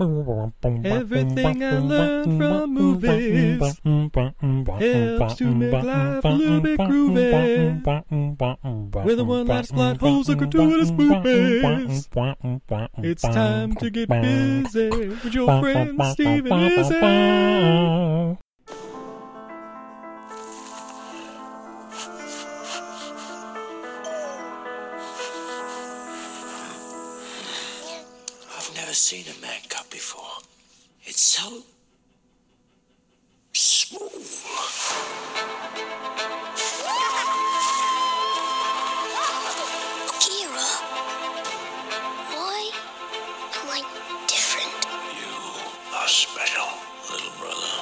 Everything I learned from movies helps to make life a little bit groovy. With a one-liner, plot holes, and gratuitous movies, it's time to get busy with your friend Steve and Izzy. I've never seen a man cut before. It's so smooth. Kira, why am I different? You are special, little brother.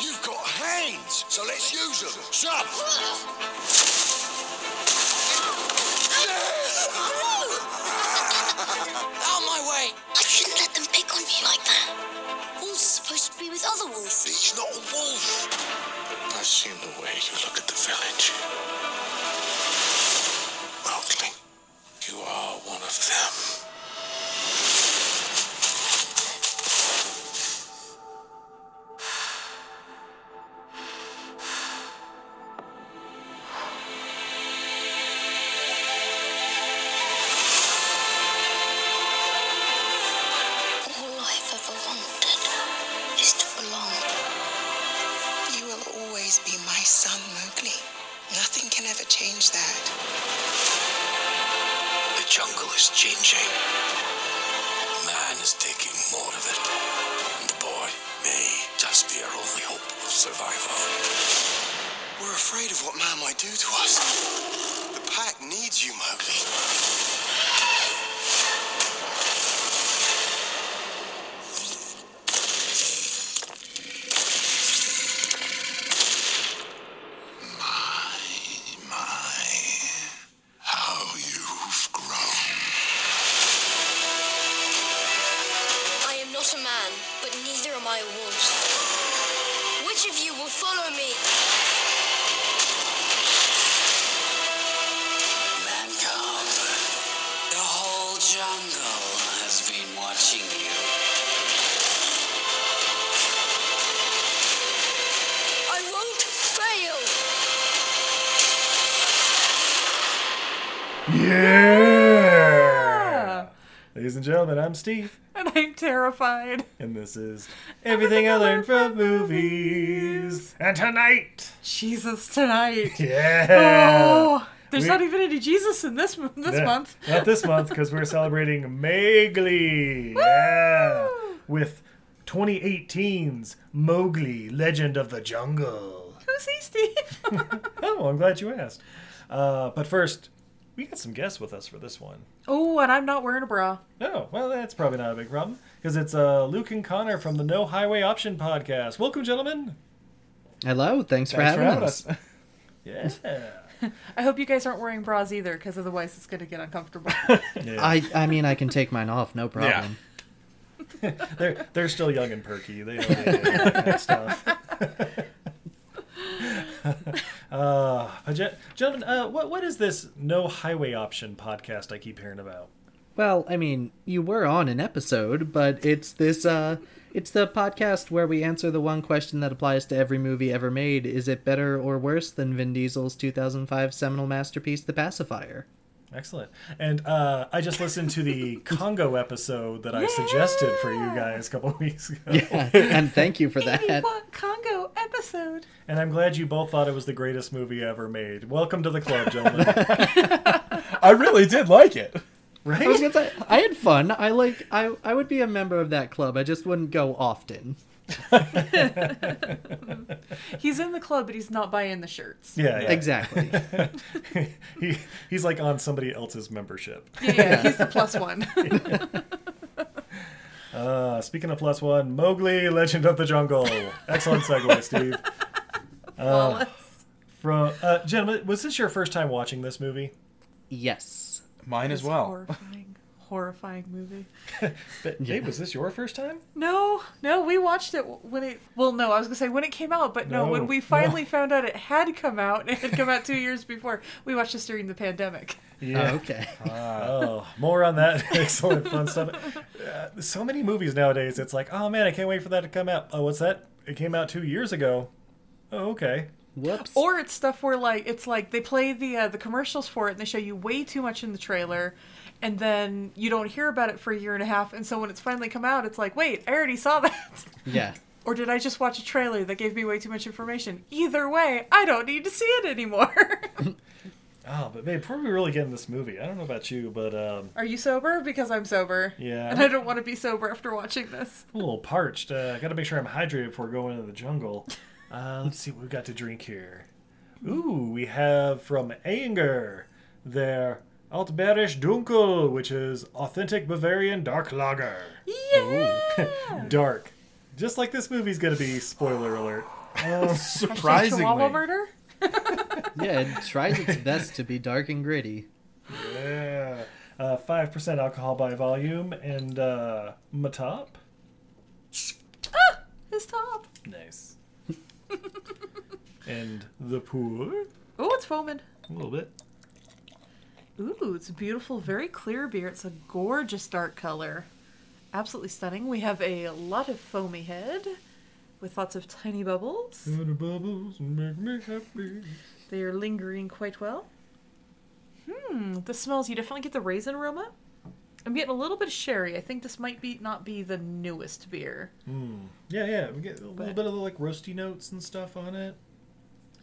You've got hands, so let's use them. Shove. Yes! Out my way! I shouldn't let them pick on me like that. Wolves are supposed to be with other wolves. He's not a wolf. I've seen the way you look at the village. Mowgli, you are one of them. All I've ever wanted is to belong. You will always be my son, Mowgli. Nothing can ever change that. The jungle is changing. Man is taking more of it. And the boy may just be our only hope of survival. We're afraid of what man might do to us. The pack needs you, Mowgli. My, my, how you've grown. I am not a man, but neither am I a wolf. Which of you will follow me? Mancob, the whole jungle has been watching you. I won't fail. Yeah! Ladies and gentlemen, I'm Steve, And I'm terrified. and this is Everything I Learned from Movies. And tonight, Jesus tonight. yeah! Oh, there's We- not even any Jesus in this mo- this Yeah, month. Not this month because we're celebrating Mowgli. Yeah. With 2018's Mowgli, Legend of the Jungle. Who's he, Steve? Oh, I'm glad you asked. Uh, but first, we got some guests with us for this one. oh, and I'm not wearing a bra. No, well, that's probably not a big problem because it's uh, Luke and Connor from the No Highway Option podcast. Welcome, gentlemen. Hello, thanks for having us. us. yeah. I hope you guys aren't wearing bras either, because otherwise it's going to get uncomfortable. I I mean I can take mine off, no problem. They're they're still young and perky. They don't need any of that kind of stuff. uh, but gen- gentlemen, uh, what what is this no highway option podcast I keep hearing about? Well, I mean, you were on an episode, but it's this uh it's the podcast where we answer the one question that applies to every movie ever made. Is it better or worse than Vin Diesel's 2005 seminal masterpiece The Pacifier? Excellent. And uh, I just listened to the Congo episode that I suggested for you guys a couple weeks ago. Yeah, and thank you for Amy that. want Congo episode. And I'm glad you both thought it was the greatest movie ever made. Welcome to the club, gentlemen. I really did like it. I was gonna say I had fun. I like I I would be a member of that club. I just wouldn't go often. He's in the club, but he's not buying the shirts. yeah, yeah. Exactly. he, he's like on somebody else's membership. Yeah, yeah, he's the plus one. Uh, speaking of plus one, Mowgli, Legend of the Jungle. Excellent segue, Steve. Uh, From uh, gentlemen, was this your first time watching this movie? yes. Mine as well. Horrifying, horrifying movie. But, Gabe, was this your first time? No, no, we watched it when it. Well, no, I was gonna say when it came out, but no, No, when we no. finally found out it had come out, and it had come out two years before. We watched this during the pandemic. Oh, okay. Oh, more on that. Excellent fun stuff. Uh, so many movies nowadays. It's like, oh man, I can't wait for that to come out. Oh, what's that? It came out two years ago. Oh, okay. Whoops. Or it's stuff where like it's like they play the uh, the commercials for it, and they show you way too much in the trailer, and then you don't hear about it for a year and a half, and so when it's finally come out, it's like, wait, I already saw that. yeah. Or did I just watch a trailer that gave me way too much information? Either way, I don't need to see it anymore. Oh, but man, before we really get in this movie, I don't know about you, but um, Are you sober? Because I'm sober. Yeah. And I don't want to be sober after watching this. I'm a little parched. Uh, I got to make sure I'm hydrated before going into the jungle. Uh, let's see what we've got to drink here. Ooh, we have from Anger their Altbayerische Dunkel, which is authentic Bavarian dark lager. Yeah. Dark. Just like this movie's going to be, spoiler alert. Um, Chihuahua Surprisingly. murder? Yeah, it tries its best to be dark and gritty. Yeah. Uh, 5% alcohol by volume and uh, Matop. His top. Nice. and the poor. Oh, it's foaming. A little bit. Ooh, it's a beautiful, very clear beer. It's a gorgeous dark color. Absolutely stunning. We have a lot of foamy head with lots of tiny bubbles. The bubbles make me happy. They are lingering quite well. Hmm, the smells, you definitely get the raisin aroma. I'm getting a little bit of sherry. I think this might be not be the newest beer. Hmm, Yeah, yeah. We get a little But- bit of like roasty notes and stuff on it.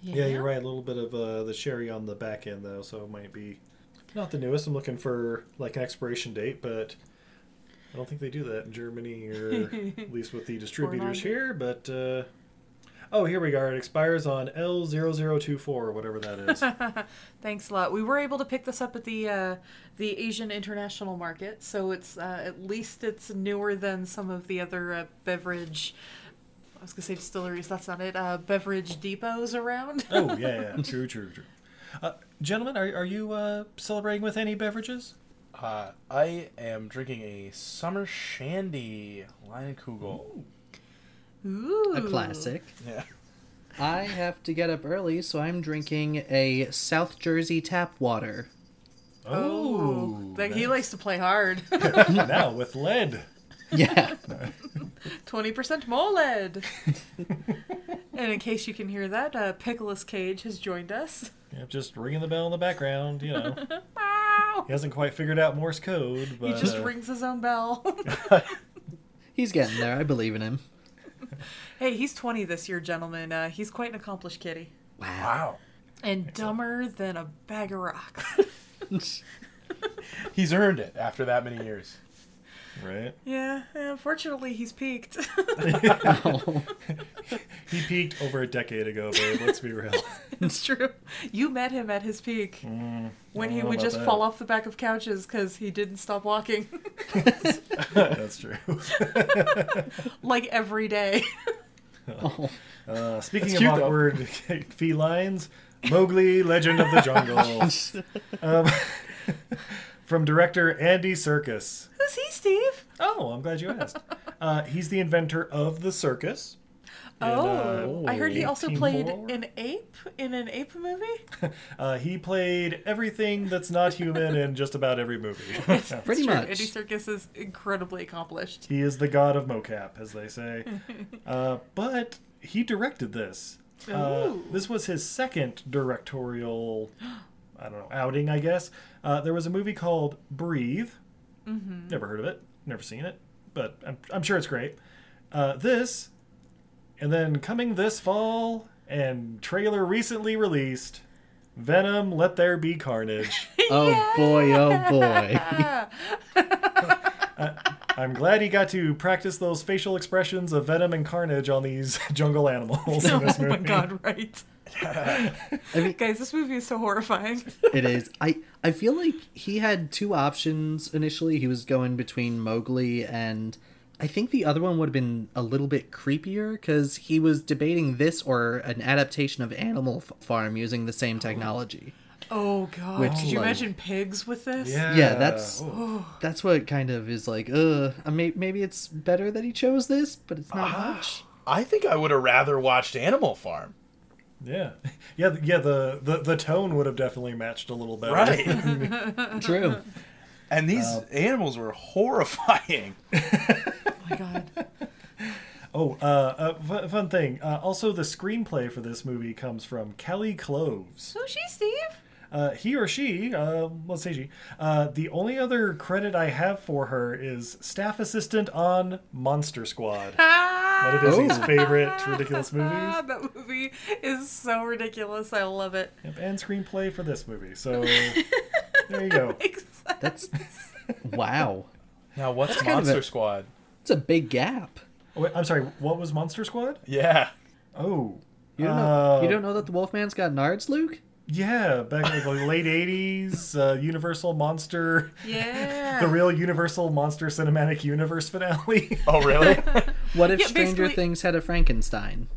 Yeah, you're right. A little bit of uh, the sherry on the back end though, so it might be not the newest. I'm looking for like an expiration date, but I don't think they do that in Germany or at least with the distributors not. here. But uh, oh, here we go. It expires on L0024 or whatever that is. Thanks a lot. We were able to pick this up at the uh, the Asian international market, so it's uh, at least it's newer than some of the other uh, beverage. I was gonna say distilleries. That's not it. Uh, beverage depots around. oh yeah, yeah. true, true, true. Uh, gentlemen, are are you uh, celebrating with any beverages? Uh, I am drinking a summer shandy Leinenkugel. Ooh, A classic. Yeah. I have to get up early, so I'm drinking a South Jersey tap water. Oh, like he likes to play hard. now with lead. Yeah. Twenty percent more lead. and in case you can hear that, uh, Pickles Cage has joined us. Yep, just ringing the bell in the background, you know. Wow. he hasn't quite figured out Morse code, but He just uh, rings his own bell. He's getting there. I believe in him. hey, he's 20 this year, gentlemen. Uh, he's quite an accomplished kitty. Wow. Wow. And dumber than a bag of rocks. He's earned it after that many years. right. yeah, yeah, unfortunately, he's peaked. He peaked over a decade ago, babe. Let's be real. it's true. You met him at his peak Mm, when he know would about just that. fall off the back of couches because he didn't stop walking That's true. like every day. Uh, speaking of That's cute, though. awkward felines, Mowgli, Legend of the Jungle. um, from director Andy Serkis. Who's he, Steve? Oh, I'm glad you asked. Uh, he's the inventor of the circus. uh, Oh, I heard he also played 1804. an ape in an ape movie. Uh, he played everything that's not human in just about every movie. Pretty Sure, much. Andy Circus is incredibly accomplished. he is the god of mocap, as they say. Uh, but he directed this. Uh, Ooh. this was his second directorial, I don't know, outing, I guess. Uh, there was a movie called Breathe. Never heard of it. Never seen it. But I'm, I'm sure it's great. Uh, this, and then coming this fall, and trailer recently released, Venom: Let There Be Carnage. Oh boy, oh boy. Uh, I'm glad he got to practice those facial expressions of venom and carnage on these jungle animals in oh this my movie. god, right. Guys, this movie is so horrifying. It is. I I feel like he had two options initially. He was going between Mowgli and I think the other one would have been a little bit creepier because he was debating this or an adaptation of Animal F- Farm using the same technology. Oh god. Which, Could you like- imagine pigs with this? Yeah, that's- Ooh. That's what kind of is like. Ugh. I may, maybe it's better that he chose this, but it's not much. I think I would have rather watched Animal Farm. yeah, yeah, th- yeah. The, the the tone would have definitely matched a little better. Right. True. and these animals were horrifying. Oh my god. Oh, uh, uh, fu- fun thing. Uh, also, the screenplay for this movie comes from Kelly Cloves. Who's she, Steve? Uh, he or she, uh, let's say she. Uh, the only other credit I have for her is staff assistant on Monster Squad. One of Disney's favorite ridiculous movies. Ah, that movie is so ridiculous. I love it. Yep, and screenplay for this movie. So there you go. Exactly. That's wow. Now, what's kind of Monster a- Squad? It's a big gap. Oh, wait, I'm sorry. What was Monster Squad? Yeah. Oh, You don't, know, you don't know that the Wolfman's got nards, Luke? yeah, back in the late '80s, uh, Universal Monster, Yeah. the real Universal Monster Cinematic Universe finale. Oh, really? What if Yeah, Stranger basically- Things had a Frankenstein?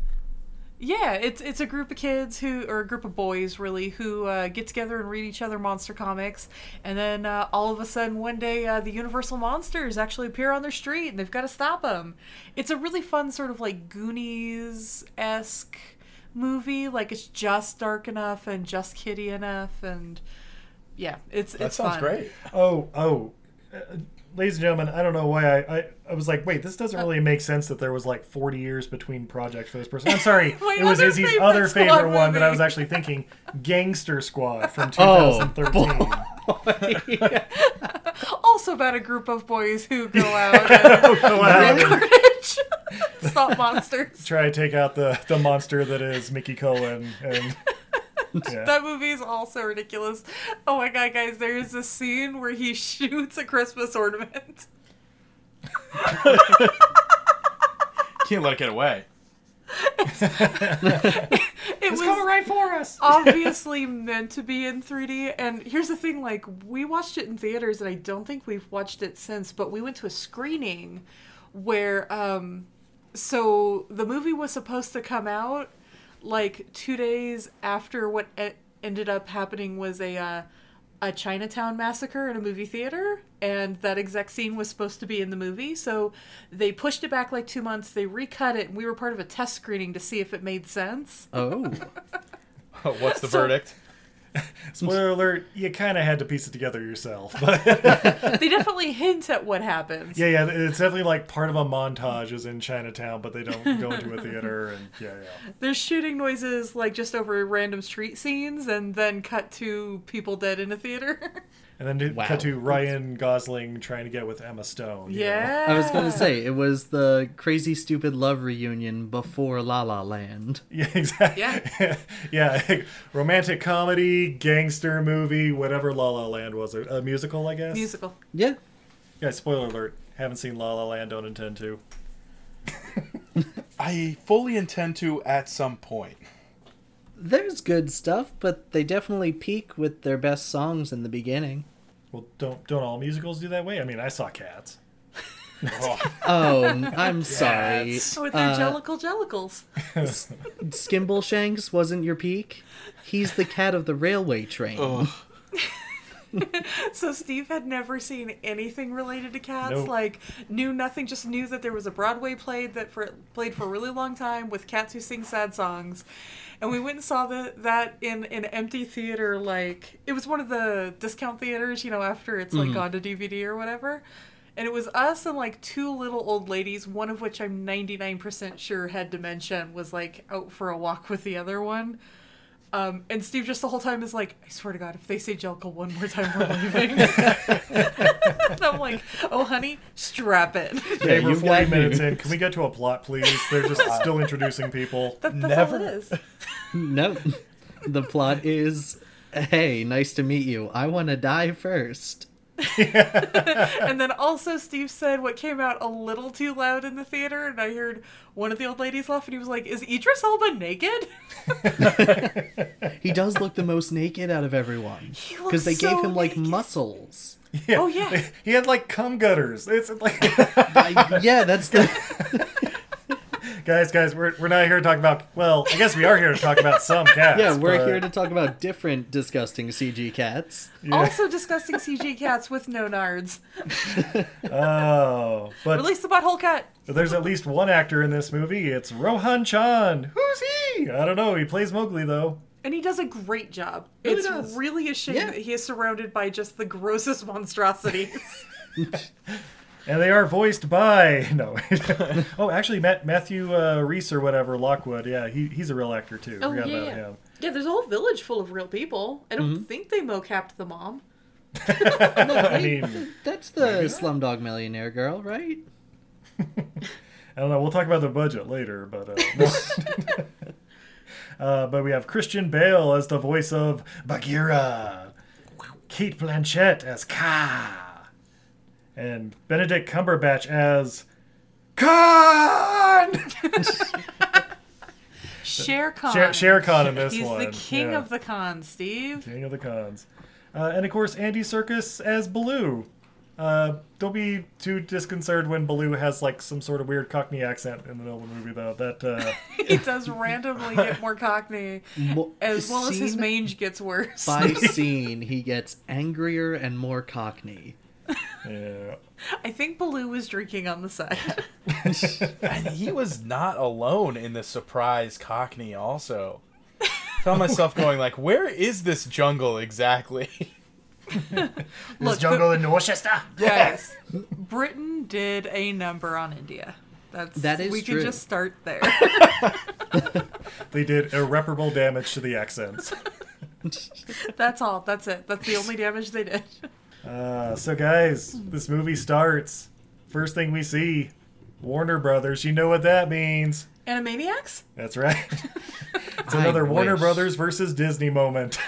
Yeah, it's it's a group of kids who, or a group of boys really, who uh, get together and read each other monster comics, and then uh, all of a sudden one day uh, the Universal monsters actually appear on their street, and they've got to stop them. It's a really fun sort of like Goonies esque movie. Like it's just dark enough and just kiddie enough, and yeah, it's that it's sounds fun. great. oh, oh. Uh, Ladies and gentlemen, I don't know why I, I, I was like, wait, this doesn't really make sense that there was like 40 years between projects for this person. I'm sorry, My it was other Izzy's favorite other squad favorite one that I movie. was actually thinking Gangster Squad from Oh, 2013. Also about a group of boys who go out and Wow. carnage, stop monsters. try to take out the, the monster that is Mickey Cohen. And yeah. That movie is also ridiculous. Oh my god, guys, there is a scene where he shoots a Christmas ornament. Can't let it get away. It was right for us. obviously meant to be in 3D. And here's the thing like, we watched it in theaters, and I don't think we've watched it since, but we went to a screening where, um, so the movie was supposed to come out like two days after what e- ended up happening was a, uh, a Chinatown massacre in a movie theater, and that exact scene was supposed to be in the movie. So they pushed it back like two months. They recut it, and we were part of a test screening to see if it made sense. Oh. Oh, what's the verdict? Spoiler alert, you kind of had to piece it together yourself. But they definitely hint at what happens. yeah, yeah, it's definitely like part of a montage is in Chinatown, but they don't go into a theater. And yeah, yeah. There's shooting noises like just over random street scenes and then cut to people dead in a theater. And then to Wow. cut to Ryan Gosling trying to get with Emma Stone. you know. yeah. I was gonna say it was the crazy stupid love reunion before La La Land. Yeah, exactly. Yeah. yeah. Romantic comedy, gangster movie, whatever La La Land was. A, a musical, I guess? musical. Yeah, Yeah, spoiler alert. Haven't seen La La Land, don't intend to. I fully intend to at some point. there's good stuff, but they definitely peak with their best songs in the beginning. Well, don't don't all musicals do that way? I mean, I saw Cats. oh, I'm sorry. With their Uh, jellicle jellicles. Skimble Shanks wasn't your peak. He's the cat of the railway train. So Steve had never seen anything related to cats. Nope. Like knew nothing. Just knew that there was a Broadway play that for, played for a really long time with cats who sing sad songs, and we went and saw the, that in an empty theater. Like it was one of the discount theaters, you know, after it's like Mhm. gone to DVD or whatever. And it was us and like two little old ladies, one of which I'm 99% sure had dementia and was like out for a walk with the other one. Um, and Steve just the whole time is like, I swear to God, if they say Jellicle one more time, we're leaving. and I'm like, oh, honey, strap it. Hey, we're you've got 40 me. minutes in. Can we get to a plot, please? They're just still introducing people. That- that's all it is. no. The plot is hey, nice to meet you. I want to die first. and then also, Steve said what came out a little too loud in the theater, and I heard one of the old ladies laugh, and he was like, Is Idris Elba naked? He does look the most naked out of everyone. looks Because they gave so him, like, muscles. Oh, yeah. He had like cum gutters. It's like yeah, that's the guys, guys. We're, we're not here to talk about. Well, I guess we are here to talk about some cats. yeah, we're but- here to talk about different disgusting CG cats. Also, disgusting CG cats with no nards. Oh, but Release the butthole cut. there's at least one actor in this movie. It's Rohan Chan. Who's he? I don't know. He plays Mowgli though. And he does a great job. Really it's does. really a shame Yeah. that he is surrounded by just the grossest monstrosities. And they are voiced by no. oh, actually, Matt, Matthew uh, Reese or whatever Lockwood. Yeah, he, he's a real actor too. Oh yeah, Forgot yeah. about him. Yeah, there's a whole village full of real people. I Mm-hmm. don't think they mocapped the mom. I mean, That's the Slumdog Millionaire girl, right? I don't know. We'll talk about the budget later, but uh, no. uh, but we have Christian Bale as the voice of Bagheera, Kate Blanchett as Ka, and Benedict Cumberbatch as Khan. Shere Khan. Shere- Shere Khan in this He's one, the king yeah. of the cons, Steve. King of the Cons. Uh, and of course, Andy Circus as Baloo. Uh, don't be too disconcerted when Baloo has like some sort of weird Cockney accent in the middle of the movie, though. That uh, He does randomly get more cockney, Mo- as well as his scene mange gets worse. By scene, he gets angrier and more cockney. Yeah. I think Baloo was drinking on the side. And he was not alone in the surprise Cockney. Also, found myself going like, "Where is this jungle exactly?" Look, jungle in Worcester. Yes. Britain did a number on India. That's That is we true. can just start there. they did irreparable damage to the accents. That's all. That's it. That's the only damage they did. Uh, so, guys, this movie starts. First thing we see, Warner Brothers. You know what that means. Animaniacs? That's right. it's I another Warner wish. Brothers versus Disney moment.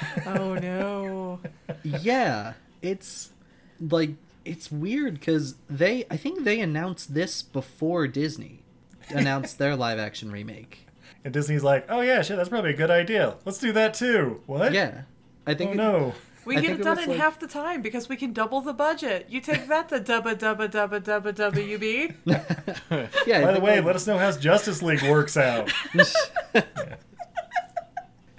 Oh no. yeah, it's like it's weird because they, I think they announced this before Disney announced their live action remake. And Disney's like, oh yeah, shit, that's probably a good idea. Let's do that too. What? Yeah, I think Oh it- no. We I get think it it done was in like- half the time because we can double the budget. You take that, the dubba dubba dubba dubba WB. Yeah, I By the think way, I'll- let us know how Justice League works out.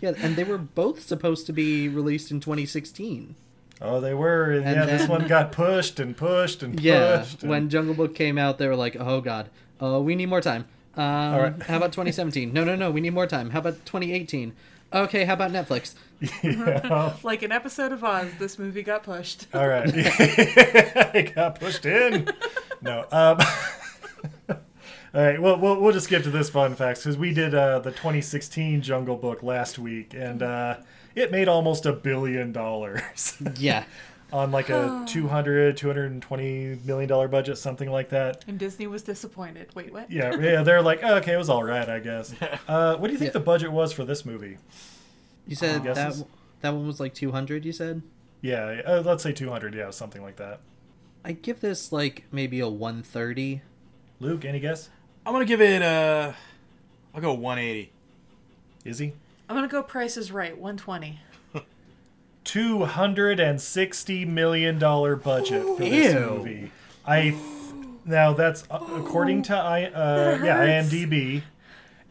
Yeah, and they were both supposed to be released in 2016. oh, they were. And, And yeah, this then- one got pushed and pushed and Yeah, pushed. and- when Jungle Book came out, they were like, "Oh God, uh, we need more time." Um, right. How about 2017? No, no, no, we need more time. How about 2018? Okay, how about Netflix? Yeah. Like an episode of Oz, this movie got pushed. All right. it got pushed in. No. Um, all right. Well, we'll we'll just get to this fun facts because we did uh, the 2016 Jungle Book last week, and uh, it made almost a billion dollars. Yeah. On like a 200, 220 million dollar budget, something like that. And Disney was disappointed. Wait, what? Yeah, yeah, they're like, oh, okay, it was all right, I guess. Uh, what do you think the budget was for this movie? You said Any that guesses? that one was like 200. You said Yeah, uh, let's say 200, yeah, something like that. I give this like maybe a 130. Luke, any guess? I'm gonna give it uh I'll go 180. Is he? I'm gonna go Price is Right, 120. two hundred and sixty million dollar budget for this Ew. movie. I, th- Now that's uh, according to I, uh, that yeah, hurts. IMDb,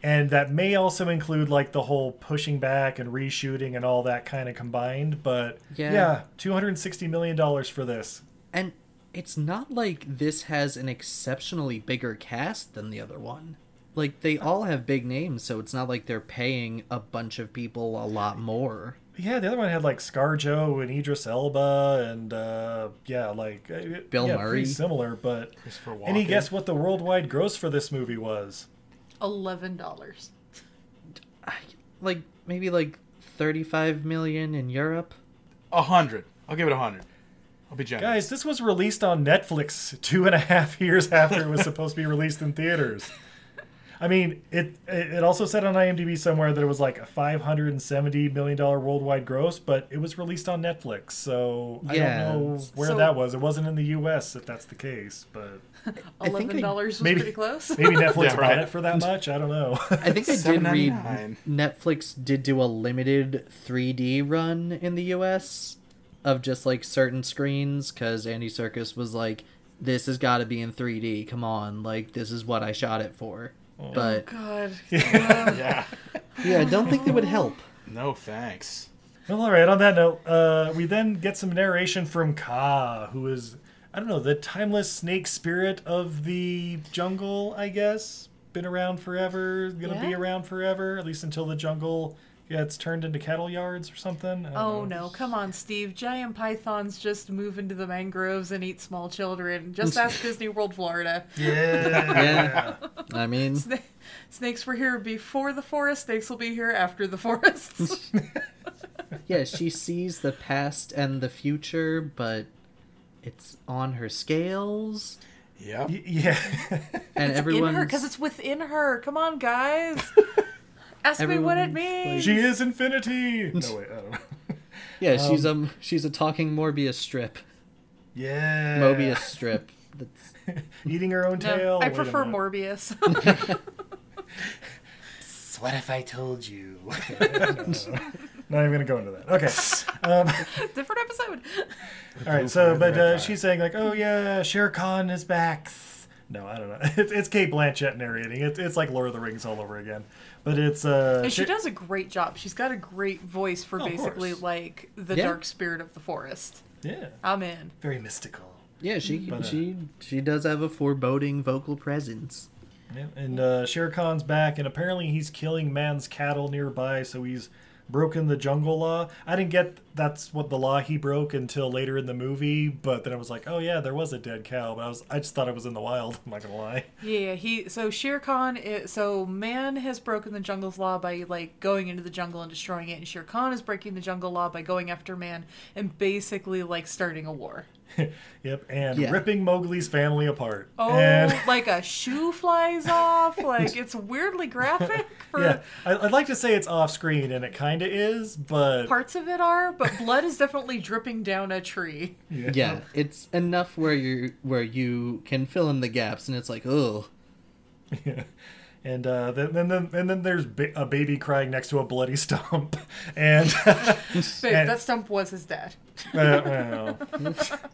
and that may also include like the whole pushing back and reshooting and all that kind of combined. But Yeah. yeah, two hundred sixty million dollars for this. And it's not like this has an exceptionally bigger cast than the other one. Like they all have big names, so it's not like they're paying a bunch of people a lot more. Yeah, the other one had like ScarJo and Idris Elba, and uh, yeah, like uh, Bill yeah, Murray. pretty similar. But Christopher any Walken. guess what the worldwide gross for this movie was? Eleven dollars. Like maybe like 35 million in Europe. A hundred. I'll give it a hundred. I'll be generous. Guys, this was released on Netflix two and a half years after it was supposed to be released in theaters. I mean, it it it also said on IMDb somewhere that it was like a five hundred and seventy million dollar worldwide gross, but it was released on Netflix, so Yeah. I don't know where So- that was. It wasn't in the U.S. if that's the case, but I think I- Eleven dollars was maybe- pretty close. maybe Netflix Yeah, right. bought it for that much. I don't know. I think I did read $7.99. Netflix did do a limited 3D run in the US of just like certain screens cuz Andy Circus was like this has got to be in 3D. Come on, like this is what I shot it for. But God. Yeah. yeah, I don't think that would help. No thanks. Well, all right. On that note, uh, we then get some narration from Ka, who is I don't know the timeless snake spirit of the jungle. I guess been around forever, gonna be Yeah. around forever, at least until the jungle gets turned into cattle yards or something. I don't Oh know. no, come on, Steve. Giant pythons just move into the mangroves and eat small children. Just ask Disney World Florida. Yeah. I mean, Snakes were here before the forest, snakes will be here after the forest. yeah, she sees the past and the future, but it's on her scales Yep. Y- Yeah. and everyone in her, because it's within her. Come on, guys. Ask me what it Everyone's means. she is infinity. No wait, I don't know. Yeah, she's um she's a talking Morbius strip. Yeah. Mobius strip. That's Eating her own No, tail. I Oh, Wait a prefer minute. Morbius. What if I told you? Not even gonna go into that. Okay. Um, Different episode. All right, so but uh, she's saying like, "Oh yeah, Shere Khan is back." No, I don't know. It's, it's Kate Blanchett narrating. It's it's like Lord of the Rings all over again. But it's uh, And she Sher- does a great job. She's got a great voice for Oh, of basically course. like the Yeah. dark spirit of the forest. Yeah, I'm in. very mystical. yeah, she But, uh, she she does have a foreboding vocal presence. Yeah, and uh, Shere Khan's back, and apparently he's killing man's cattle nearby, so he's broken the jungle law. I didn't get that's what the law he broke until later in the movie. But then I was like, "Oh yeah, there was a dead cow," but I was I just thought it was in the wild. I'm not gonna lie. Yeah, he so Shere Khan is, so man has broken the jungle's law by like going into the jungle and destroying it and Shere Khan is breaking the jungle law by going after man and basically like starting a war. Yep, and Yeah. ripping Mowgli's family apart. Oh, and... like a shoe flies off, like it's weirdly graphic for Yeah, I, I'd like to say it's off screen, and it kind of is, but parts of it are, but blood is definitely dripping down a tree. Yeah. it's enough where you where you can fill in the gaps and it's like, "Oh, and uh, then, then then and then there's ba- a baby crying next to a bloody stump, and Babe, And- that stump was his dad. Uh, well,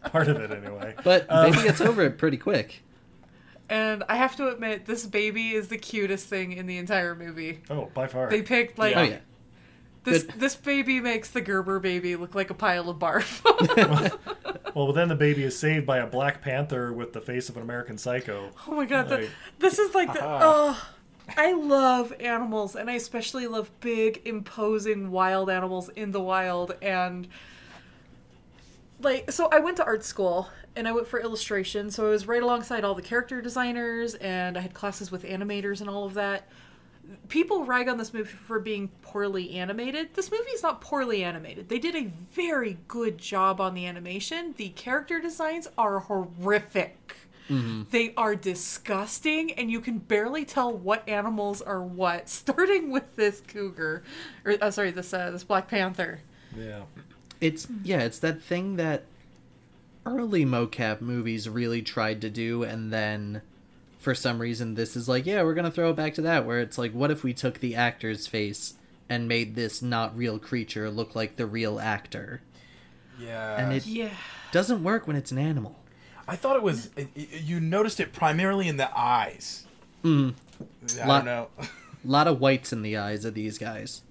part of it anyway. but baby gets over it pretty quick." And I have to admit, this baby is the cutest thing in the entire movie. Oh, by far. They picked like Oh yeah. this. good. This baby makes the Gerber baby look like a pile of barf. Well, then the baby is saved by a Black Panther with the face of an American Psycho. oh my god, the- Like- this is like the. Oh, I love animals, and I especially love big, imposing wild animals in the wild. And like so i went to art school and i went for illustration so i was right alongside all the character designers and i had classes with animators and all of that people rag on this movie for being poorly animated this movie is not poorly animated they did a very good job on the animation the character designs are horrific They are disgusting, and you can barely tell what animals are what. Starting with this cougar, or uh, sorry, this uh, this Black Panther. Yeah. It's yeah, it's that thing that early mocap movies really tried to do and then for some reason this is like, yeah, we're going to throw it back to that where it's like what if we took the actor's face and made this not real creature look like the real actor? Yeah. And it Yeah, doesn't work when it's an animal. I thought it was. i- i- You noticed it primarily in the eyes. Mm. I Lot- don't know. lot of whites in the eyes of these guys.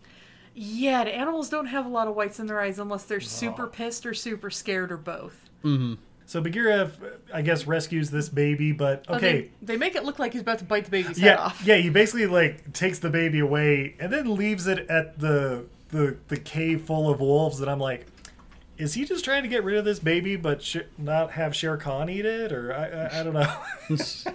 Yeah, the animals don't have a lot of whites in their eyes unless they're super pissed or super scared or both. Mm-hmm. So Bagheera, uh, I guess, rescues this baby, but Oh, okay. they, they make it look like he's about to bite the baby's head yeah, off. yeah. He basically like takes the baby away and then leaves it at the the the cave full of wolves. And I'm like, is he just trying to get rid of this baby, but sh- not have Shere Khan eat it, or I I, I don't know.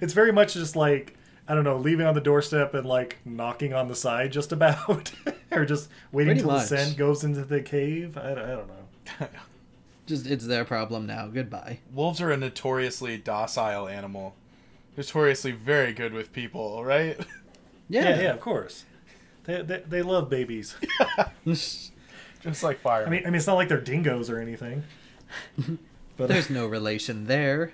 it's very much just like I don't know, leaving on the doorstep and like knocking on the side, just about, or just waiting Pretty till much. the scent goes into the cave. I, don't- I don't know. Just it's their problem now. Goodbye. Wolves are a notoriously docile animal. Notoriously very good with people, right? Yeah, yeah, of course. They, they, they love babies. Just like fire. I mean, I mean, it's not like they're dingoes or anything. But There's no relation there.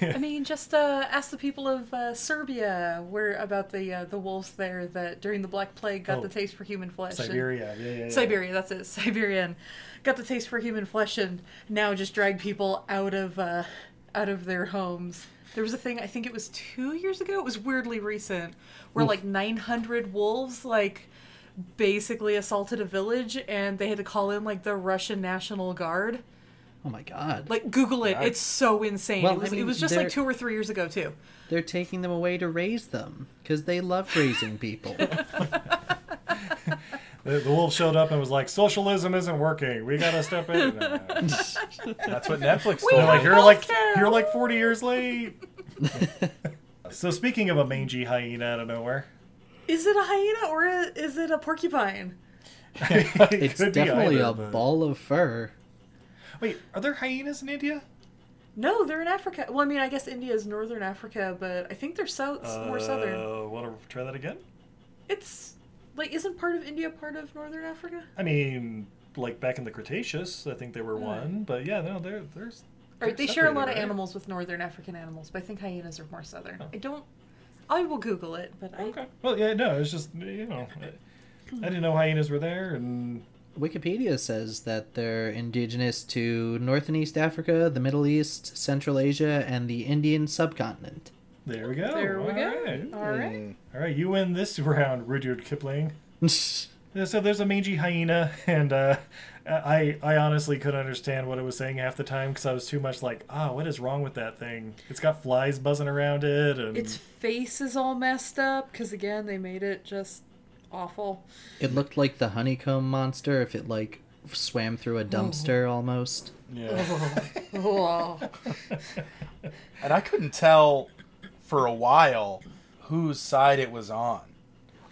I mean, just uh, ask the people of uh, Serbia where about the uh, the wolves there that during the Black Plague got Oh. the taste for human flesh. and- Siberia, yeah, yeah, yeah. Siberia, that's it. Siberian got the taste for human flesh and now just drag people out of uh, out of their homes. There was a thing I think it was two years ago. It was weirdly recent, where Oof. like 900 wolves like basically assaulted a village and they had to call in like the Russian National Guard. Oh my god. Like Google it. Yeah. It's so insane. Well, it, was, I mean, it was just there- like two or three years ago too. They're taking them away to raise them because they love raising people. the, the wolf showed up and was like, "Socialism isn't working. We gotta step in." No, no, no. That's what Netflix They're told like me. you're like you're like 40 years late. so speaking of a mangy hyena out of nowhere, Is it a hyena or a, is it a porcupine? it it's could be definitely either, a but- ball of fur. Wait, are there hyenas in India? No, they're in Africa. Well, I mean, I guess India is northern Africa, but I think they're south, more southern. Uh, Want to try that again? It's like isn't part of India part of northern Africa? I mean, like back in the Cretaceous, I think they were Yeah. one, but yeah, no, there, there's. Or they're Mm. they share a separated, lot of right? animals with northern African animals, but I think hyenas are more southern. Oh. I don't. I will Google it, but I. Well, yeah, no, it's just you know, I, I didn't know hyenas were there, and Wikipedia says that they're indigenous to North and East Africa, the Middle East, Central Asia, and the Indian subcontinent. there we go. There we All go. right. Hmm. All right. All right, you win this round, Rudyard Kipling. Yeah, So there's a mangy hyena, and uh, I I honestly couldn't understand what it was saying half the time because I was too much like, ah, what is wrong with that thing? It's got flies buzzing around it, and Its face is all messed up because again they made it just awful. It looked like the honeycomb monster if it like swam through a dumpster almost. Yeah. Oh. And I couldn't tell for a while whose side it was on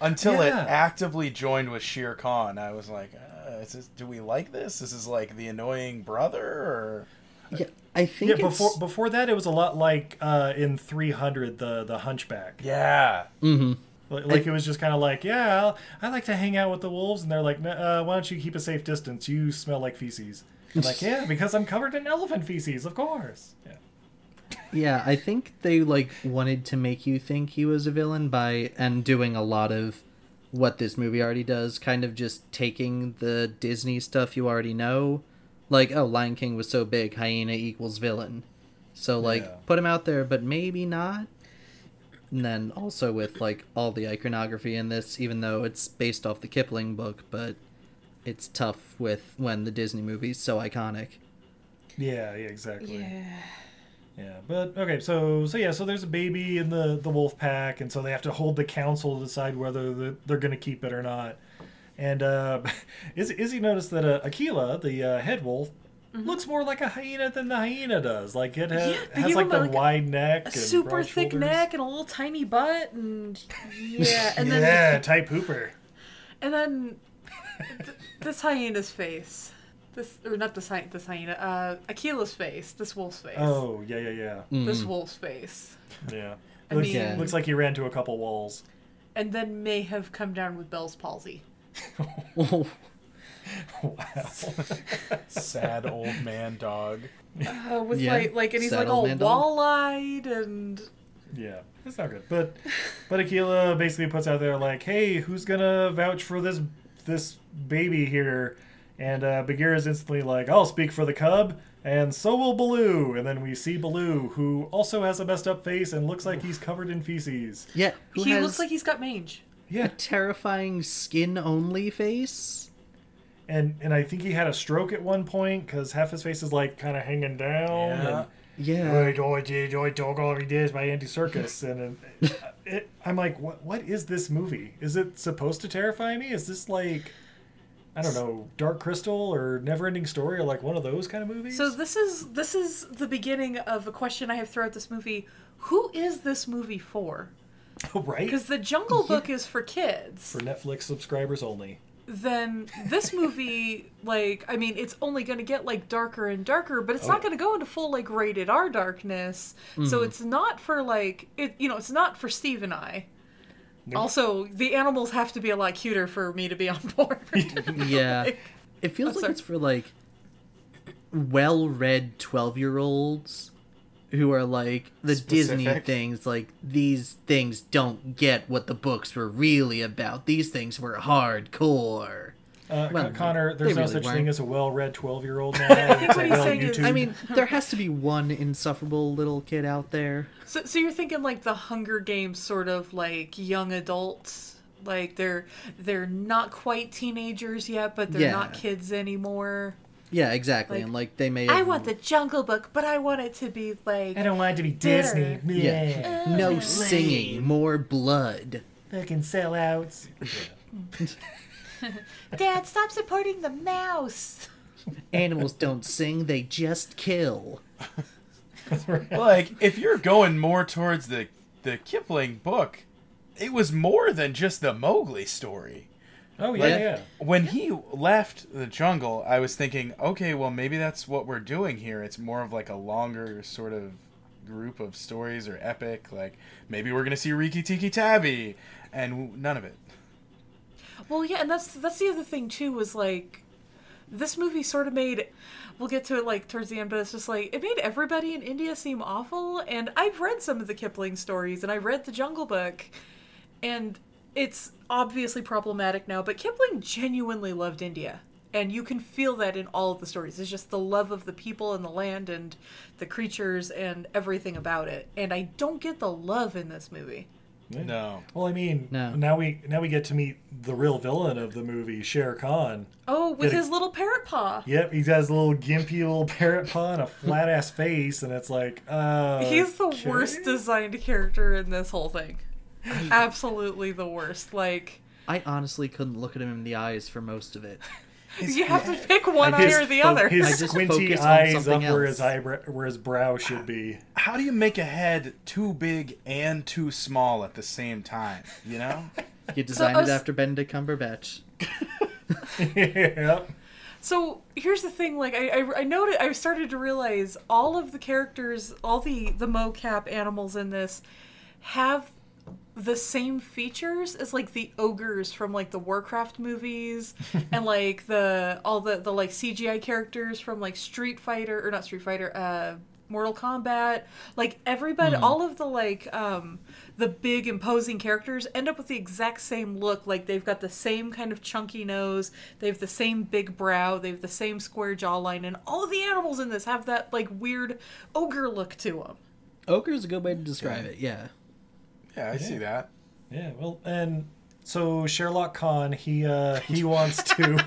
until it Yeah. actively joined with Shere Khan. I was like, uh, is this, do we like this? This is like the annoying brother, or Yeah, I think yeah, before it's- before that it was a lot like uh, in 300, the the Hunchback. yeah, Mhm. Like, like it was just kind of like, yeah, I'll, I like to hang out with the wolves, and they're like, "Nuh, uh, why don't you keep a safe distance? You smell like feces. I'm like, yeah, because I'm covered in elephant feces, of course. Yeah. Yeah, I think they like wanted to make you think he was a villain by and doing a lot of what this movie already does, kind of just taking the Disney stuff you already know. Like, oh, Lion King was so big, hyena equals villain. So like Yeah. put him out there, but maybe not. And then also with like all the iconography in this, even though it's based off the Kipling book, but it's tough with when the Disney movie's so iconic. Yeah, yeah, exactly. Yeah. Yeah, but okay, so so yeah, so there's a baby in the the wolf pack, and so they have to hold the council to decide whether the, they're going to keep it or not. And uh, Izzy, Izzy noticed that uh, Akila, the uh, head wolf, looks more like a hyena than the hyena does. Like it ha- Mm-hmm. Yeah, they has give like him the a- like a- wide neck, A and super broad thick shoulders. neck and a little tiny butt, and yeah, and then yeah, type Hooper. And then th- this hyena's face. This or not this hyena, this hyena. Uh, Aquila's face. This wolf's face. Oh yeah, yeah, yeah, This Mm. wolf's face. yeah. I looks, mean- looks like he ran to a couple walls. And then may have come down with Bell's palsy. Wow. sad old man dog. Uh, with Yeah, like like, and he's like saddle all man dog. wall-eyed and Yeah, it's not good. But but Aquila basically puts out there like, hey, who's gonna vouch for this this baby here? And uh, Bagheera's instantly like, I'll speak for the cub. and so will Baloo. And then we see Baloo, who also has a messed up face and looks like he's covered in feces. Yeah, who He has looks like he's got mange. a terrifying skin only face. And and I think he had a stroke at one point because half his face is like kind of hanging down. Yeah. Yeah, And, "Right, oh, I did, oh, I dog already did by Andy Circus, and it, it, I'm like, what? What is this movie? Is it supposed to terrify me? Is this like, I don't know, Dark Crystal or Never Ending Story or like one of those kind of movies? So this is this is the beginning of a question I have throughout this movie. Who is this movie for? right Because the Jungle Book is for kids. for Netflix subscribers only. Then this movie, like, I mean, it's only going to get like darker and darker, Oh, but it's not going to go into full like rated R darkness. Mm-hmm. So it's not for like it, you know, it's not for Steve and I. Also, the animals have to be a lot cuter for me to be on board. yeah. It feels I'm like sorry. it's for like well read 12 year olds who are like the Disney Specific. things, like these things don't get what the books were really about. These things were hardcore. Uh, Con- Well, Connor, they there's no really such weren't. thing as a well-read 12-year-old now. I think what he's saying is- I mean, there has to be one insufferable little kid out there. So, so you're thinking like the Hunger Games sort of like young adults, like they're they're not quite teenagers yet, but they're Yeah. not kids anymore. Yeah, exactly. Like, and like they may have I want the Jungle Book, but I want it to be like I don't want it to be Disney. Disney. Yeah. Yeah, no singing, more blood. fucking sellouts. Dad, stop supporting the mouse. Animals don't sing, they just kill. like if you're going more towards the the Kipling book, it was more than just the Mowgli story. Oh yeah, Yeah. yeah. When he left the jungle, I was thinking, okay, well maybe that's what we're doing here. It's more of like a longer sort of group of stories or epic. Like maybe we're gonna see Riki Tiki Tabby, and w- none of it. Well, yeah, and that's that's the other thing too was like this movie sort of made we'll get to it like towards the end, but it's just like it made everybody in India seem awful and I've read some of the Kipling stories and I read the Jungle Book and it's obviously problematic now, but Kipling genuinely loved India. And you can feel that in all of the stories. It's just the love of the people and the land and the creatures and everything about it. And I don't get the love in this movie. No. Well, I mean, No. now we now we get to meet the real villain of the movie, Shere Khan. Oh, with Did it- his little parrot paw. Yep, he has a little gimpy little parrot paw and a flat ass face, and it's like, uh, He's the okay. worst designed character in this whole thing. Absolutely the worst. Like I honestly couldn't look at him in the eyes for most of it. you have to pick one His eye or the fo- other. His I just squinty focus on eyes up something where else. his eyebrow, where his brow should be. How do you make a head too big and too small at the same time? You know. You designed us- it after Benedict Cumberbatch. yep. So here's the thing. Like I, I, I noted, I started to realize all of the characters, all the the mocap animals in this, have the same features as like the ogres from like the Warcraft movies and like the all the the like CGI characters from like Street Fighter or not Street Fighter uh Mortal Kombat like everybody all of the like um the big imposing characters end up with the exact same look like they've got the same kind of chunky nose they've the same big brow they've the same square jawline and all of the animals in this have that like weird ogre look to them Ochre is a good way to describe it. Yeah. Yeah, I see that. Yeah. Well, and so Sherlock Khan, he uh, he wants to.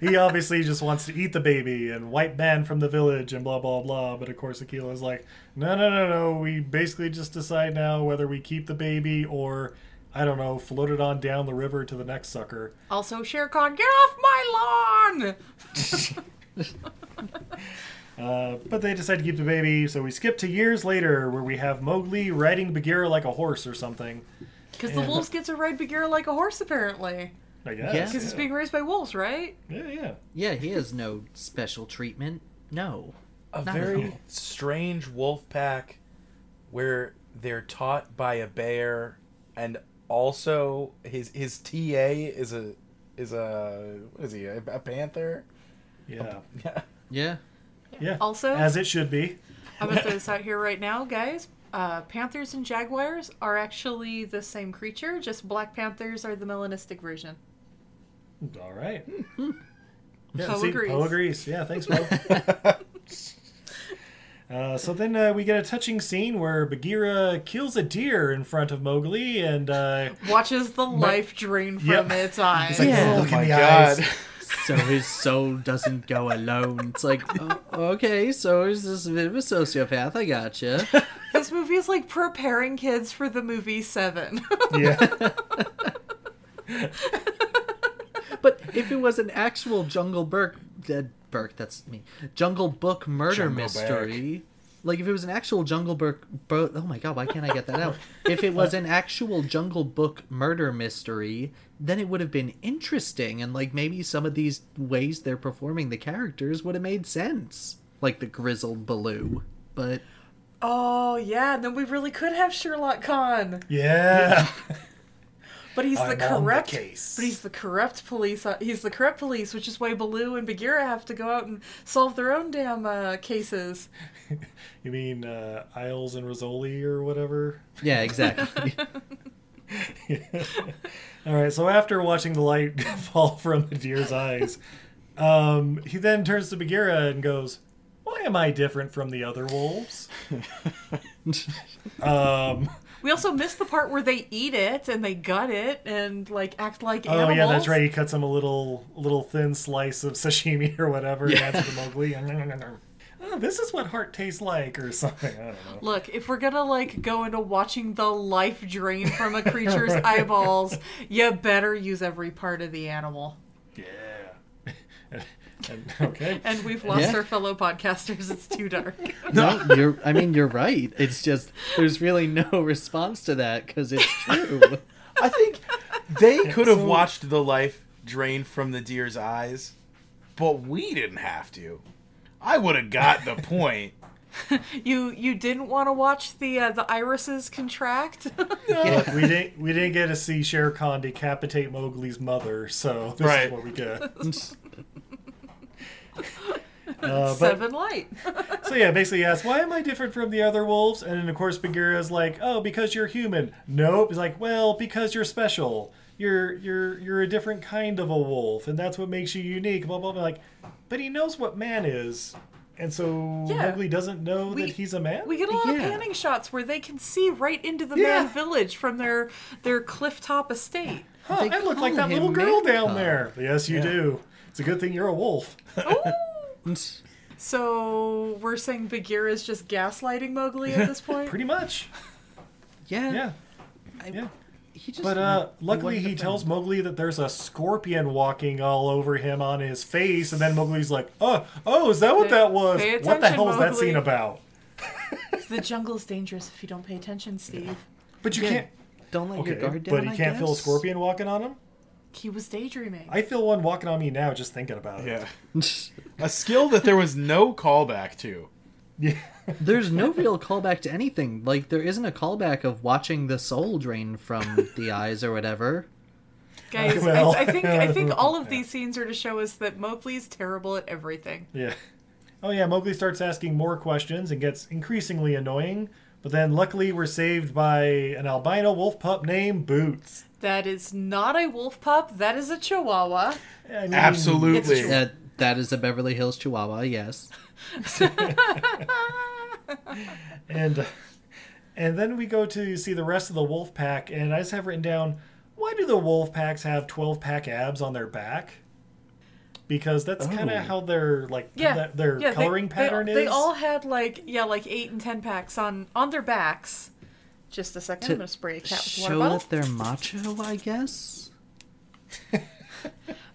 he obviously just wants to eat the baby and white man from the village and blah blah blah. But of course, Aquila's like, no no no no. We basically just decide now whether we keep the baby or I don't know, float it on down the river to the next sucker. Also, Shere Khan, get off my lawn! Uh, but they decide to keep the baby, so we skip to years later where we have Mowgli riding Bagheera like a horse or something. Because the wolves get to ride Bagheera like a horse, apparently. I guess. Yeah. Because it's being raised by wolves, right? yeah, yeah. Yeah, he has no special treatment. No. a Not very at all. strange wolf pack where they're taught by a bear and also his his TA is a is a what is he a, a panther? Yeah. Yeah. Yeah. Yeah. Also- as it should be. I'm going to throw this out here right now, guys. Uh, panthers and jaguars are actually the same creature, just black panthers are the melanistic version. All right. Yeah, Poe see, agrees. Hmm. Poe agrees. Yeah, thanks, Poe. Uh, so then uh, we get a touching scene where Bagheera kills a deer in front of Mowgli, and uh, Watches the life drain from Yep. its eyes. like, Yeah. Oh look in my the god. eyes. so his soul doesn't go alone. It's like, oh, okay, so is this a bit of a sociopath? I gotcha. This movie is like preparing kids for the movie Seven. yeah, But if it was an actual Jungle Burke, dead Burke, that's me, Jungle Book murder Jungle mystery. Like if it was an actual Jungle Book, Bo- oh my god, why can't I get that out? if it was an actual Jungle Book murder mystery, then it would have been interesting, and like maybe some of these ways they're performing the characters would have made sense, like the grizzled Baloo. But oh yeah, then we really could have Sherlock Khan, yeah. but he's the I'm on the corrupt. case. But he's the corrupt police. uh, He's the corrupt police, which is why Baloo and Bagheera have to go out and solve their own damn uh, cases. You mean uh, Isles and Rosoli or whatever? yeah, exactly. All right. So after watching the light fall from the deer's eyes, um, he then turns to Bagheera and goes, "Why am I different from the other wolves?" um, We also missed the part where they eat it and they gut it and like act like oh animals. yeah, that's right. He cuts him a little little thin slice of sashimi or whatever. Yeah. And adds it to Mowgli. oh, this is what heart tastes like, or something. I don't know. Look, if we're gonna like go into watching the life drain from a creature's eyeballs, you better use every part of the animal. Yeah. And- okay. And we've lost Yeah. our fellow podcasters. It's too dark. No, you're. I mean, you're right. It's just there's really no response to that because it's true. I think they could have So- watched the life drain from the deer's eyes, but we didn't have to. I would have got the point. You you didn't want to watch the uh, the irises contract. Look, we didn't we didn't get to see Shere Khan decapitate Mowgli's mother, so this Right. is what we get. Uh, Seven light. So yeah, basically he asks, "Why am I different from the other wolves?" And then of course Bagheera's like, "Oh, because you're human." Nope. He's like, "Well, because you're special. You're you're you're a different kind of a wolf, and that's what makes you unique." Blah blah blah. Like, but he knows what man is, and so Yeah. Mowgli doesn't know We- that he's a man. We get a lot of Yeah. panning shots where they can see right into the Yeah. man village from their their cliff top estate. Huh, They I look call like that him little girl Manta. down there. Yes, you do. It's a good thing you're a wolf. So we're saying Bagheera's just gaslighting Mowgli at this point. Pretty much. Yeah, Yeah. He just. But uh, wanted luckily, to he find- tells Mowgli that there's a scorpion walking all over him on his face, and then Mowgli's like, "Oh, oh, is that what Pay- that was? pay What the attention, hell was that Mowgli." scene about?" the jungle's dangerous if you don't pay attention, Steve. But you Yeah, can't. don't let your Okay, guard down. but he I can't feel a guess. scorpion walking on him. He was daydreaming. I feel one walking on me now just thinking about it. A skill that there was no callback to. There's no real callback to anything. Like there isn't a callback of watching the soul drain from the eyes or whatever. Guys, Well. I, I think I think all of these scenes are to show us that Mowgli's terrible at everything. Yeah. Oh yeah, Mowgli starts asking more questions and gets increasingly annoying. But then, luckily, we're saved by an albino wolf pup named Boots. That is not a wolf pup. That is a chihuahua. I mean, Absolutely. It's That that is a Beverly Hills Chihuahua. Yes. and and then we go to see the rest of the wolf pack and i just have written down why do the wolf packs have 12 pack abs on their back because that's kind of how their like Yeah, th- their yeah, they- coloring they- pattern they, is all had like yeah, like eight and ten packs on on their backs. Just a second, I'm gonna spray a cat with a Show water that they're bottle. macho, I guess.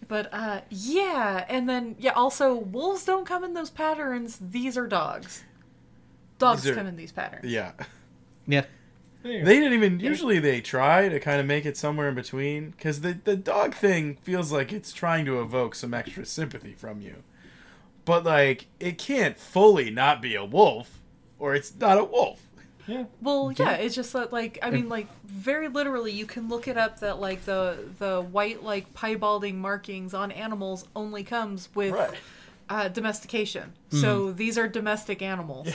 But uh, yeah, and then yeah, also wolves don't come in those patterns. These are dogs. Dogs These are- come in these patterns. Yeah. Yeah. They didn't even. Usually they try to kind of make it somewhere in between because the, the dog thing feels like it's trying to evoke some extra sympathy from you. But, like, it can't fully not be a wolf or it's not a wolf. Well, yeah, it's just that like I mean like very literally you can look it up that like the the white like piebalding markings on animals only comes with Right. uh, domestication. Mm-hmm. So these are domestic animals.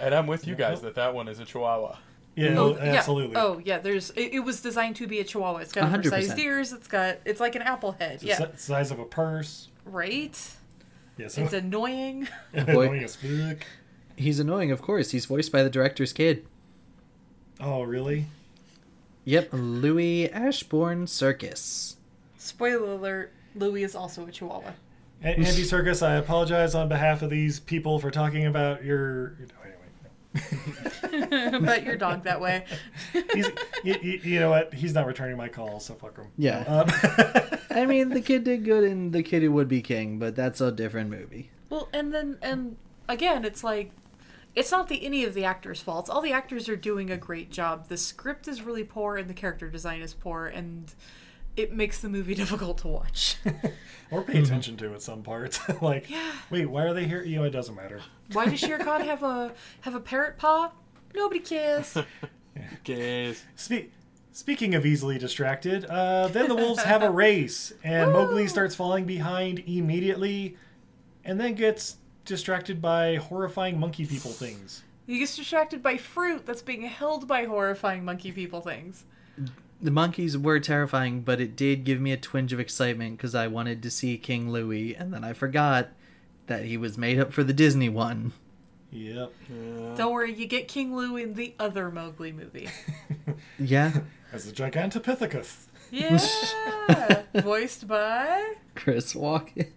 And I'm with you guys that that one is a chihuahua. Yeah, Oh, yeah. absolutely. Oh, yeah. There's. It, it was designed to be a chihuahua. It's got 100%. oversized ears. It's got. It's like an apple head. It's Yeah. the si- size of a purse. Right. Yes. It's annoying. annoying as fuck. He's annoying, of course. He's voiced by the director's kid. Oh, really? Yep, Louis Ashbourne Circus. Spoiler alert: Louis is also a chihuahua. A- Andy Circus, I apologize on behalf of these people for talking about your. you know, Anyway, but your dog that way. he's, you, you- you know what? He's not returning my call, so fuck him. Yeah. Um, I mean, the kid did good in The Kid Who Would Be King, but that's a different movie. Well, and then and again, it's like it's not the any of the actors' faults. All the actors are doing a great job. The script is really poor, and the character design is poor, and it makes the movie difficult to watch. or pay attention to at some parts. like, wait, why are they here? You know, it doesn't matter. Why does Shere Khan have a have a parrot paw? Nobody cares. Guys. Spe- speaking of easily distracted, uh, then the wolves have a race, and Mowgli starts falling behind immediately, and then gets distracted by horrifying monkey people things. He gets distracted by fruit that's being held by horrifying monkey people things. The monkeys were terrifying, but it did give me a twinge of excitement because I wanted to see King Louis, and then I forgot that he was made up for the Disney one. Yep. Don't worry, you get King Lou in the other Mowgli movie. Yeah, As a Gigantopithecus. Yeah, voiced by. Chris Walken.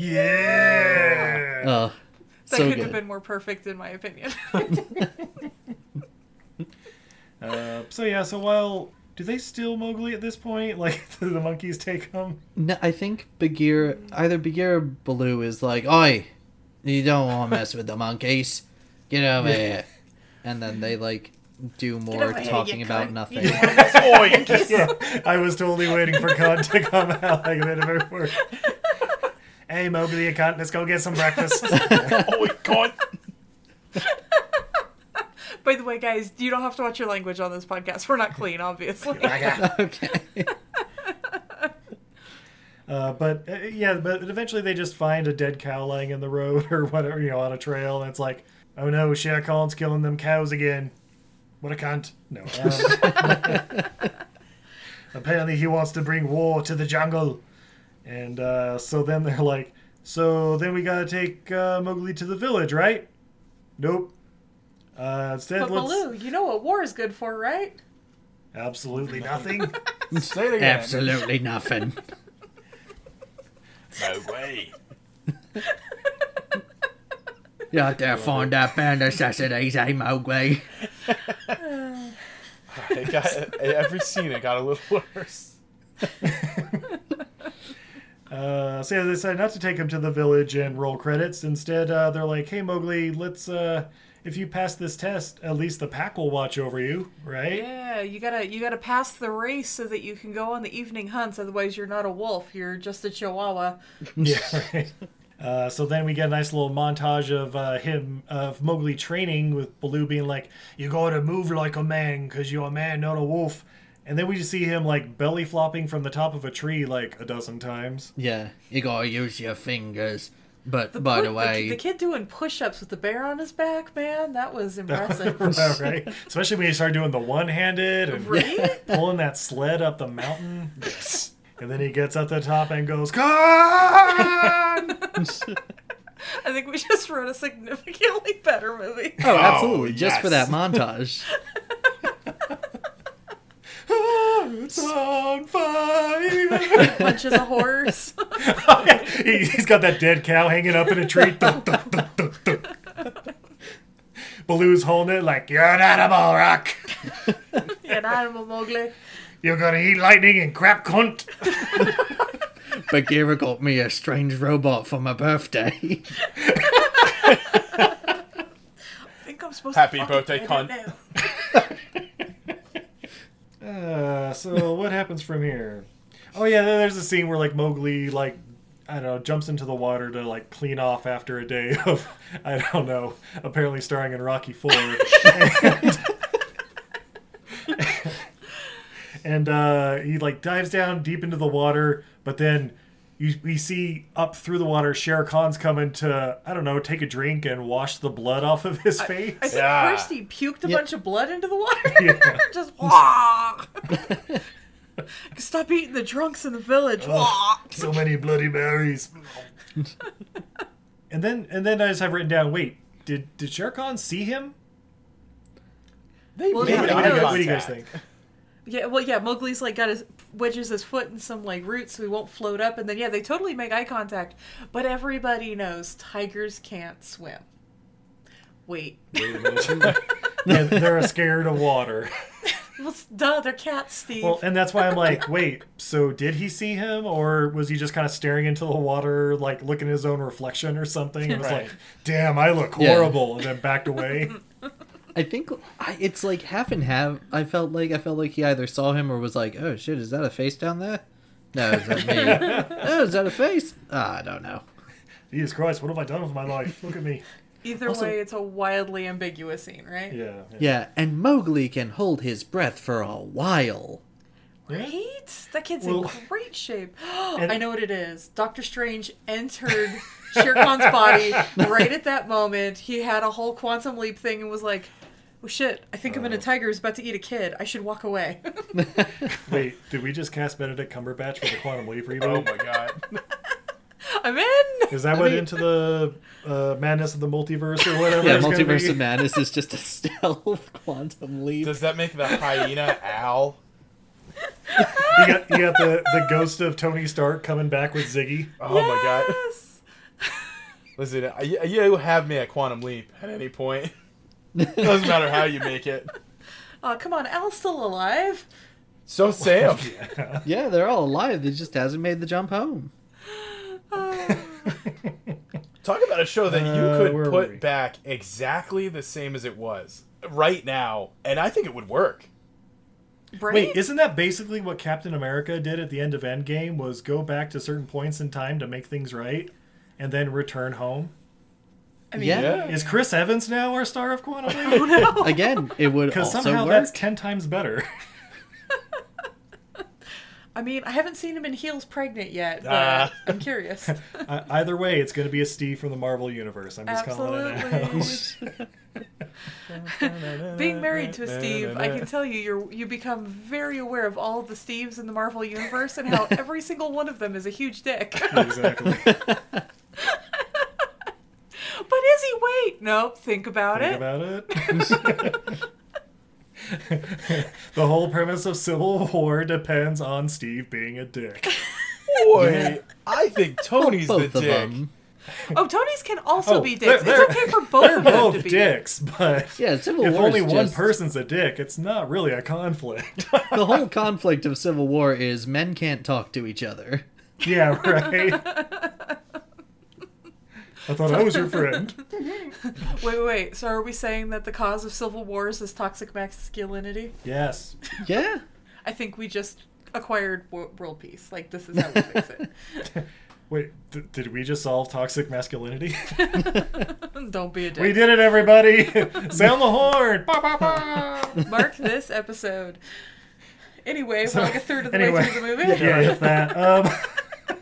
Yeah. Oh, That so couldn't good. have been more perfect, in my opinion. Uh, so yeah. So while do they steal Mowgli at this point? Like do the monkeys take him? No, I think Bagheera, either Bagheera or Baloo is like, Oi, you don't want to mess with the monkeys. Get over here. And then they, like, do more over here, talking you about cunt. nothing. I was totally waiting for Khan to come out like that if it were. Hey Mowgli, you cunt, let's go get some breakfast. Oh, wait, God. By the way, guys, you don't have to watch your language on this podcast. We're not clean, obviously. okay. Uh, but uh, yeah, but eventually they just find a dead cow lying in the road or whatever, you know, on a trail, and it's like, oh no, Shere Khan's killing them cows again. What a cunt! No. um, apparently he wants to bring war to the jungle, and uh, so then they're like, so then we gotta take uh, Mowgli to the village, right? Nope. Uh, instead, But let's Baloo, you know what war is good for, right? absolutely nothing. Say it again. Absolutely nothing. No way. You're out there find that band necessities, eh, Mowgli? It got, every scene it got a little worse. Uh, so yeah, they decide not to take him to the village and roll credits. Instead, uh, they're like, "Hey, Mowgli, let's. Uh, if you pass this test, at least the pack will watch over you, right?" Yeah, you gotta you gotta pass the race so that you can go on the evening hunts. Otherwise, you're not a wolf. You're just a chihuahua. Yeah. right. Uh, so then we get a nice little montage of uh, him of Mowgli training with Baloo being like, "You gotta move like a man, cause you're a man, not a wolf." And then we just see him like belly flopping from the top of a tree like a dozen times. Yeah, you gotta use your fingers. But, The by put- the way, the, kid doing push-ups with the bear on his back, man, that was impressive. right? Especially when you start doing the one-handed and Right? pulling that sled up the mountain. And then he gets up the top and goes, Khan! I think we just wrote a significantly better movie. oh, absolutely, just for yes. that montage. it's on fire! Punches a horse. he, he's got that dead cow hanging up in a tree. Thunk, thunk, thunk, thunk, thunk. Baloo's holding it like, You're an animal, Rock! An animal, Mowgli. You're gonna eat lightning and crap cunt! Bagheera got me a strange robot for my birthday. I think I'm supposed Happy to fucking birthday, edit cunt. now. Uh, so what happens from here? Oh yeah, then there's a scene where like Mowgli like I don't know jumps into the water to like clean off after a day of I don't know apparently starring in Rocky Four. and and, uh, he like dives down deep into the water, but then you we see up through the water Shere Khan's coming to I don't know take a drink and wash the blood off of his face. I think Yeah. first he puked a Yep. bunch of blood into the water. Just wah. Stop eating the drunks in the village. Wah. so many bloody berries. and then and then I just have written down. Wait, did did Shere Khan see him? They Well, made yeah, What do you eye guys- knows. what do you guys contact. think? Yeah, well, yeah. Mowgli's like got his wedges his foot in some like root so he won't float up, and then yeah, they totally make eye contact. But everybody knows tigers can't swim. Wait, Yeah, they're scared of water. well, s- duh, they're cats, Steve. Well, and that's why I'm like, wait, so did he see him, or was he just kind of staring into the water, like looking at his own reflection or something? And was Right. like, damn, I look Yeah. horrible, and then backed away. I think I, it's like half and half. I felt like I felt like he either saw him or was like, "Oh shit, is that a face down there?" No, is that me? oh, is that a face? Ah, I don't know. Jesus Christ, what have I done with my life? Look at me. Either also- way, it's a wildly ambiguous scene, right? Yeah. Yeah, and Mowgli can hold his breath for a while. Right? That kid's Well- in great shape. And- I know what it is. Doctor Strange entered Shere Khan's body right at that moment. He had a whole quantum leap thing and was like, oh shit, I think I'm Uh. in a tiger who's about to eat a kid. I should walk away. Wait, did we just cast Benedict Cumberbatch for the Quantum Leap reboot? Oh my god. I'm in! Is that what into the uh, madness of the multiverse or whatever? Yeah, it's gonna Multiverse be? of Madness is just a stealth quantum leap. Does that make the hyena owl? You got, you got the, the ghost of Tony Stark coming back with Ziggy. Oh my god. Yes! Listen, I- you have me at Quantum Leap at any point. Doesn't matter how you make it. Oh, come on, Al's still alive. So Sam. Yeah, they're all alive. They just hasn't made the jump home. Talk about a show that you Uh, where could were put we? back exactly the same as it was right now, and I think it would work. Right? Wait, isn't that basically what Captain America did at the end of Endgame? Was go back to certain points in time to make things right, and then return home. yeah. Is Chris Evans now our star of Quantum Leap? Again, it would Because also somehow work. that's ten times better. I mean, I haven't seen him in heels pregnant yet, but Ah. I'm curious. I- Uh, Either way, it's going to be a Steve from the Marvel universe. I'm just calling it out. Absolutely. Being married to a Steve, I can tell you, you you become very aware of all of the Steves in the Marvel universe and how every single one of them is a huge dick. but exactly. is he? Wait, nope. Think about Think it. about it. the whole premise of Civil War depends on Steve being a dick. Boy, I think Tony's Both the of dick. them. oh, Tony's can also Oh, be dicks. they're- it's okay for both They're of them to both be dicks, but Yeah, Civil if War only is one just- person's a dick, it's not really a conflict. The whole conflict of Civil War is men can't talk to each other. yeah, right. I thought I was your friend. Wait, wait, wait. So are we saying that the cause of civil wars is toxic masculinity? Yes. Yeah. I think we just acquired wo- world peace. Like this is how we fix it. Wait, th- did we just solve toxic masculinity? Don't be a dick. we did it, everybody! Sound the horn! Bah, bah, bah. Mark this episode. Anyway, we're like a third of the anyway. way through the movie. yeah, if that. Um,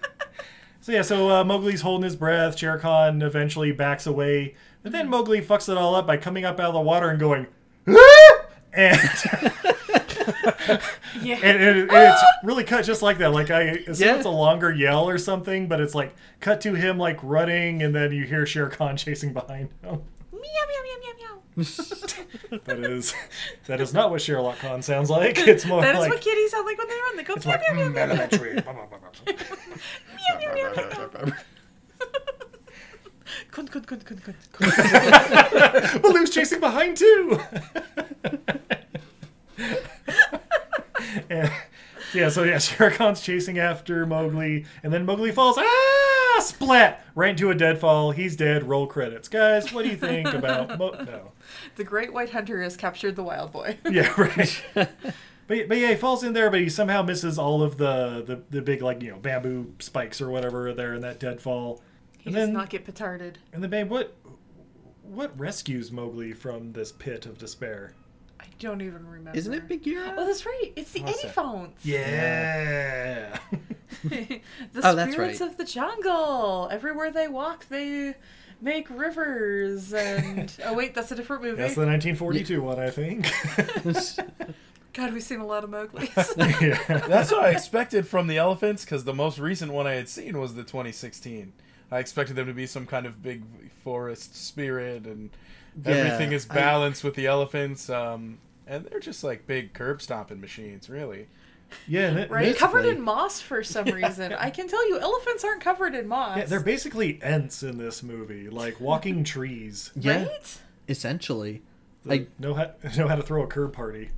so yeah, so uh, Mowgli's holding his breath. Shere Khan eventually backs away, and then Mowgli fucks it all up by coming up out of the water and going, "Ah!" and Yeah. and, and, and it's really cut just like that. Like I assume Yeah. it's a longer yell or something, but it's like cut to him like running, and then you hear Shere Khan chasing behind him. Meow, meow, meow, meow, meow. That is that is not what Sherlock Khan sounds like. It's more That is like what kitties sound like when they run. They go it's meow, like meow, meow, "Mm, meow, elementary. Bah, bah, bah, bah." meow, meow, meow, meow, meow. Kun, kun, kun, kun, kun, kun. Baloo's chasing behind too. And- yeah, so yeah, Shere Khan's chasing after Mowgli, and then Mowgli falls. Ah, splat! Right into a deadfall. He's dead. Roll credits, guys. What do you think about? Mo- no. The great white hunter has captured the wild boy. Yeah, right. But, but yeah, he falls in there, but he somehow misses all of the, the, the big like you know bamboo spikes or whatever there in that deadfall. He and does then not get petarded. and then babe, what what rescues Mowgli from this pit of despair? I I don't even remember. Isn't it Bagheera? Oh, that's right. It's the What's that? Eddyphones. Yeah. the Oh, that's spirits right. of the jungle. Everywhere they walk, they make rivers. And oh wait, that's a different movie. That's the 1942 one, I think. God, we've seen a lot of Mowgli's. yeah. That's what I expected from the elephants because the most recent one I had seen was the 2016. I expected them to be some kind of big forest spirit and everything Yeah, is I- balanced with the elephants. Um, and they're just like big curb stomping machines, really. yeah and it- right, it's- covered in moss for some reason. I can tell you, elephants aren't covered in moss. yeah, they're basically ants in this movie, like walking trees. Yeah, right. essentially. Like Like- know how know how to throw a curb party.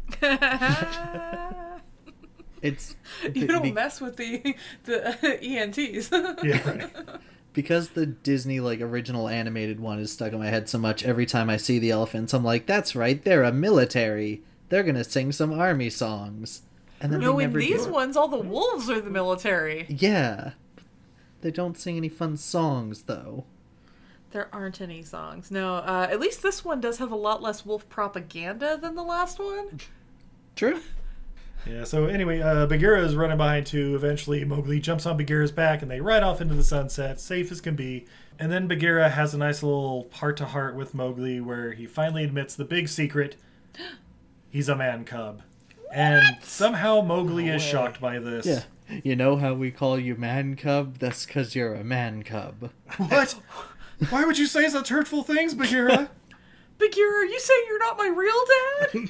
It's You be- don't be- mess with the the E ENTs. Yeah, right. because the Disney like original animated one is stuck in my head so much. Every time I see the elephants, I'm like, "That's right, they're a military. They're gonna sing some army songs." And then no, they in never these do. ones, all the wolves are the military. yeah, they don't sing any fun songs though. There aren't any songs. No, uh, at least this one does have a lot less wolf propaganda than the last one. True. Yeah. So anyway, uh, Bagheera is running behind two. Eventually, Mowgli jumps on Bagheera's back, and they ride off into the sunset, safe as can be. And then Bagheera has a nice little heart-to-heart with Mowgli, where he finally admits the big secret: he's a man cub. And somehow Mowgli is shocked by this. Yeah. You know how we call you man cub? That's 'cause you're a man cub. What? Why would you say such hurtful things, Bagheera? Bagheera, are you saying you're not my real dad?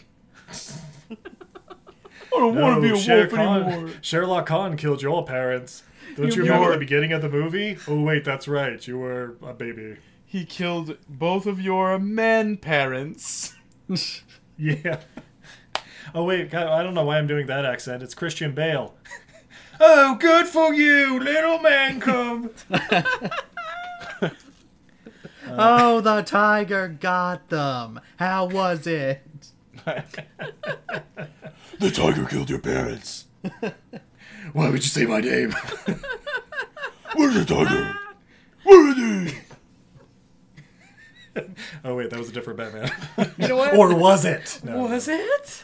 I don't want to be a Shere wolf anymore. Khan, Sherlock Khan killed your parents. Don't you You remember were- the beginning of the movie? Oh wait, that's right. You were a baby. He killed both of your man parents. Yeah. Oh wait, God, I don't know why I'm doing that accent. It's Christian Bale. oh, good for you, little man cub. oh, the tiger got them. How was it? The tiger killed your parents. why would you say my name? Where's the tiger? Where are they? oh wait, that was a different Batman. You know what? or was it? No, was it?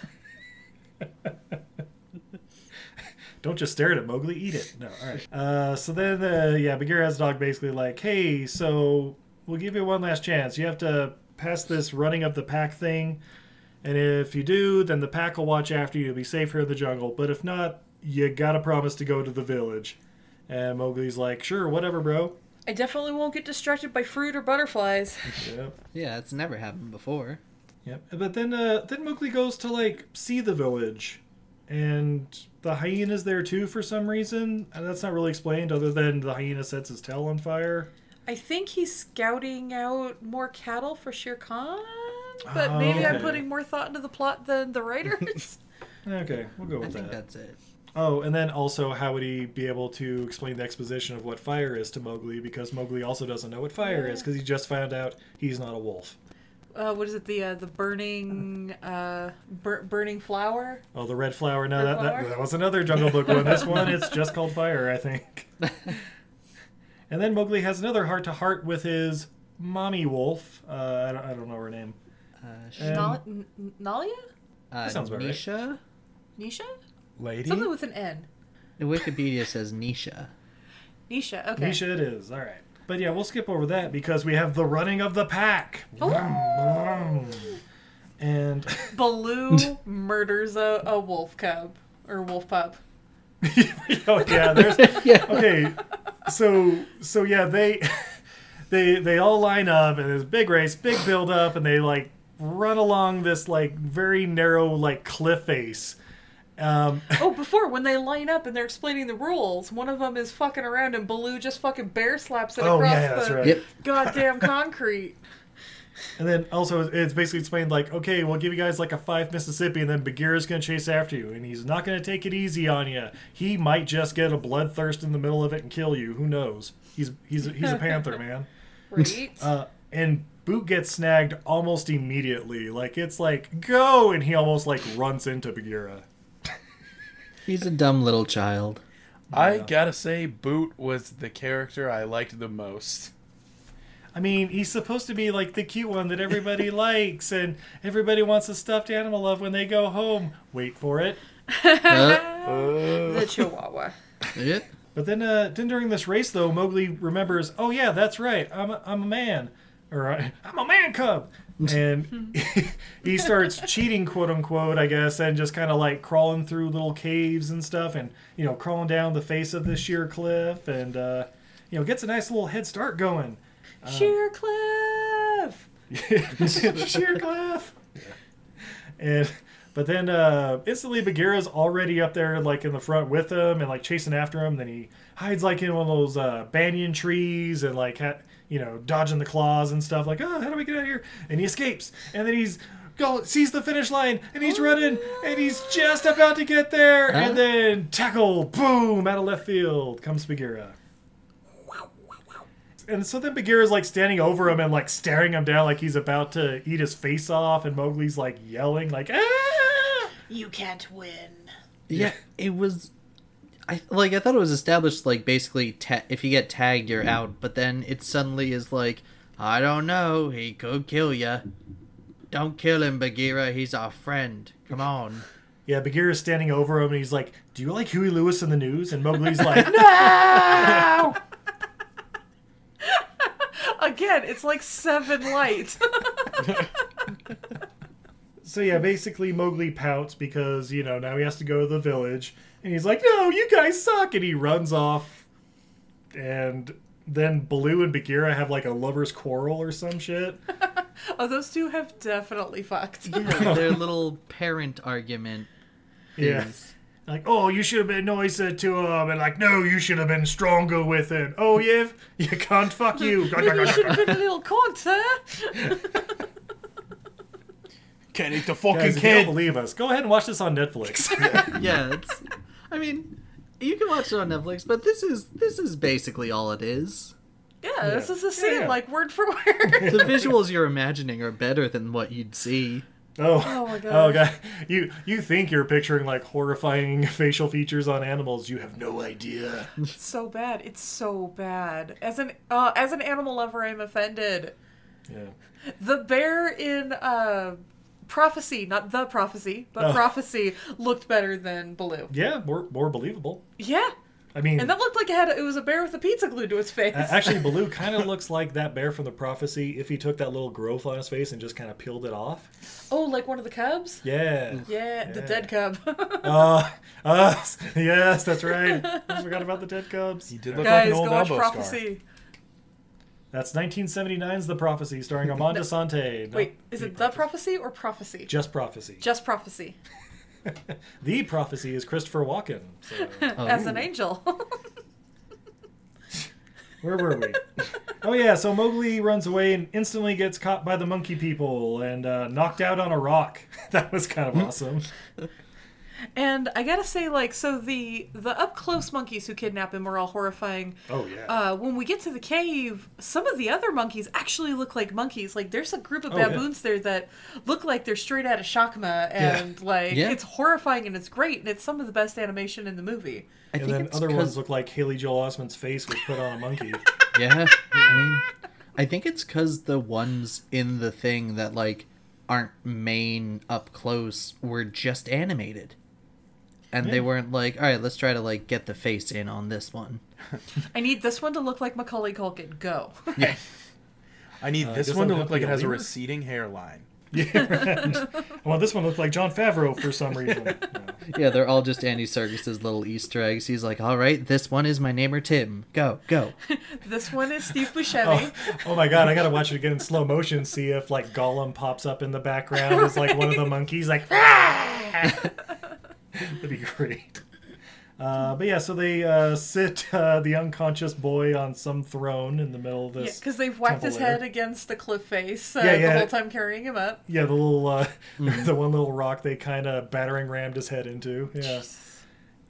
Don't just stare at it, Mowgli. Eat it. No, all right. Uh, so then, uh, yeah, Bagheera's dog basically like, hey, so we'll give you one last chance. You have to pass this running of the pack thing, and if you do, then the pack will watch after you. You'll be safe here in the jungle. But if not, you gotta promise to go to the village. And Mowgli's like, sure, whatever, bro. I definitely won't get distracted by fruit or butterflies. Yep. Yeah, it's never happened before. Yep. But then, uh, then Mowgli goes to like see the village, and the hyena's there too for some reason. And that's not really explained, other than the hyena sets his tail on fire. I think he's scouting out more cattle for Shere Khan, but maybe I'm okay. putting more thought into the plot than the writers. Okay, we'll go I with think that. that's it. Oh, and then also, how would he be able to explain the exposition of what fire is to Mowgli? Because Mowgli also doesn't know what fire is because he just found out he's not a wolf. uh, what is it? The uh, the burning uh, bur- burning flower. Oh, the red flower. No, Red that, that, flower? that was another Jungle Book one. This one, it's just called fire, I think. and then Mowgli has another heart to heart with his mommy wolf. Uh, I, don't, I don't know her name. Uh, sh- And- Nal- N- N- Nalia, uh, sounds about right. Nisha? Nisha, Lady? something with an N. Wikipedia says Nisha. Nisha. Okay. Misha, it is. All right. But yeah, we'll skip over that because we have the running of the pack. Oh. And. Baloo murders a, a wolf cub or wolf pup. oh yeah, there's Yeah. okay. So so yeah, they they they all line up and there's a big race, big build up, and they like run along this like very narrow like cliff face. Um, Oh, before when they line up and they're explaining the rules, one of them is fucking around and Baloo just fucking bear slaps it oh across yeah, yeah, that's the right. Yep. goddamn concrete. And then also it's basically explained like, okay, we'll give you guys like a five Mississippi, and then Bagheera's gonna chase after you, and he's not gonna take it easy on you. He might just get a bloodthirst in the middle of it and kill you. Who knows? He's he's he's a panther, man. Right? Uh, and Boot gets snagged almost immediately. Like it's like go, and he almost like runs into Bagheera. He's a dumb little child. I gotta say, Boot was the character I liked the most. I mean, he's supposed to be like the cute one that everybody likes, and everybody wants a stuffed animal of when they go home. Wait for it. Oh. The Chihuahua. yeah. But then, uh, then during this race, though, Mowgli remembers, oh yeah, that's right, I'm a, I'm a man, or I- I'm a man cub, and he starts cheating, quote unquote, I guess, and just kind of like crawling through little caves and stuff, and you know, crawling down the face of this sheer cliff, and uh, you know, gets a nice little head start going. Sheer cliff. sheer cliff. And but then uh, instantly Bagheera's already up there like in the front with him and like chasing after him. Then he hides like in one of those uh, banyan trees and like ha- you know dodging the claws and stuff. Like oh how do we get out of here? And he escapes. And then he's go sees the finish line and he's running and he's just about to get there. Huh? And then tackle boom out of left field comes Bagheera. And so then Bagheera's like standing over him and like staring him down like he's about to eat his face off, and Mowgli's like yelling like ah! You can't win. Yeah, it was. I like. I thought it was established like basically ta- if you get tagged, you're out. But then it suddenly is like, I don't know. He could kill ya. Don't kill him, Bagheera. He's our friend. Come on. Yeah, Bagheera's standing over him and he's like, "Do you like Huey Lewis in the news?" And Mowgli's like, "No!" Again, it's like seven lights. so yeah, basically Mowgli pouts because you know now he has to go to the village, and he's like, "No, you guys suck," and he runs off. And then Baloo and Bagheera have like a lovers' quarrel or some shit. oh, those two have definitely fucked. Yeah, their little parent argument. Yeah. Is, like, oh, you should have been nicer to him, and like, no, you should have been stronger with him. Oh, yeah, you can't fuck you. you should have been a little cunt, huh? Can't eat the fucking Guys, if you don't kid. believe us, go ahead and watch this on Netflix. yeah. It's, I mean, you can watch it on Netflix, but this is this is basically all it is. Yeah, this is the same, yeah. like word for word. The visuals you're imagining are better than what you'd see. oh, Oh my oh gosh. god, you you think you're picturing like horrifying facial features on animals? You have no idea. It's so bad. It's so bad. As an uh, as an animal lover, I'm offended. Yeah. The bear in uh, prophecy, not the prophecy, but Oh. prophecy, looked better than Baloo. Yeah, more more believable. Yeah, I mean, and that looked like it had it was a bear with a pizza glued to its face. a- actually, Baloo kind of looks like that bear from the prophecy if he took that little growth on his face and just kind of peeled it off. oh, like one of the cubs. Yeah. Yeah, the dead cub. Uh, us. Yes, that's right. I forgot about the dead cubs. He did look like Guys, an go old watch elbow scar. prophecy. That's 1979's The Prophecy, starring Armand DeSante. Not Wait, is it the prophecy or prophecy? Just Prophecy. Just prophecy. The Prophecy is Christopher Walken. So, As an angel. where were we? oh, yeah, so Mowgli runs away and instantly gets caught by the monkey people and uh, knocked out on a rock. that was kind Hmm. of awesome. And I gotta say, like, so the the up close monkeys who kidnap him are all horrifying. Oh, yeah. Uh, when we get to the cave, some of the other monkeys actually look like monkeys. Like, there's a group of Oh, yeah. baboons there that look like they're straight out of Shakma, and like Yeah. it's horrifying and it's great, and it's some of the best animation in the movie. I and think then it's other 'cause- ones look like Haley Joel Osment's face was put on a monkey. Yeah, I mean, I think it's because the ones in the thing that like aren't main up close were just animated, and they weren't like, all right, let's try to like get the face in on this one. I need this one to look like Macaulay Culkin. Go. I need this guess one to I'll have look to like it go has a lemur. receding hairline. well, this one looked like John Favreau for some reason. No. Yeah, they're all just Andy Serkis's little Easter eggs. He's like, all right, this one is my neighbor Tim. Go, go. this one is Steve Buscemi. Oh my god, I gotta watch it again in slow motion, see if like Gollum pops up in the background as like one of the monkeys, like "Ah!" that'd be great. Uh, but yeah, so they uh, sit uh, the unconscious boy on some throne in the middle of Yeah, this. because they've whacked temple his lair. head against the cliff face uh, Yeah, yeah. the whole time carrying him up. Yeah, the little, uh, Mm-hmm. the one little rock they kind of battering rammed his head into. Yeah.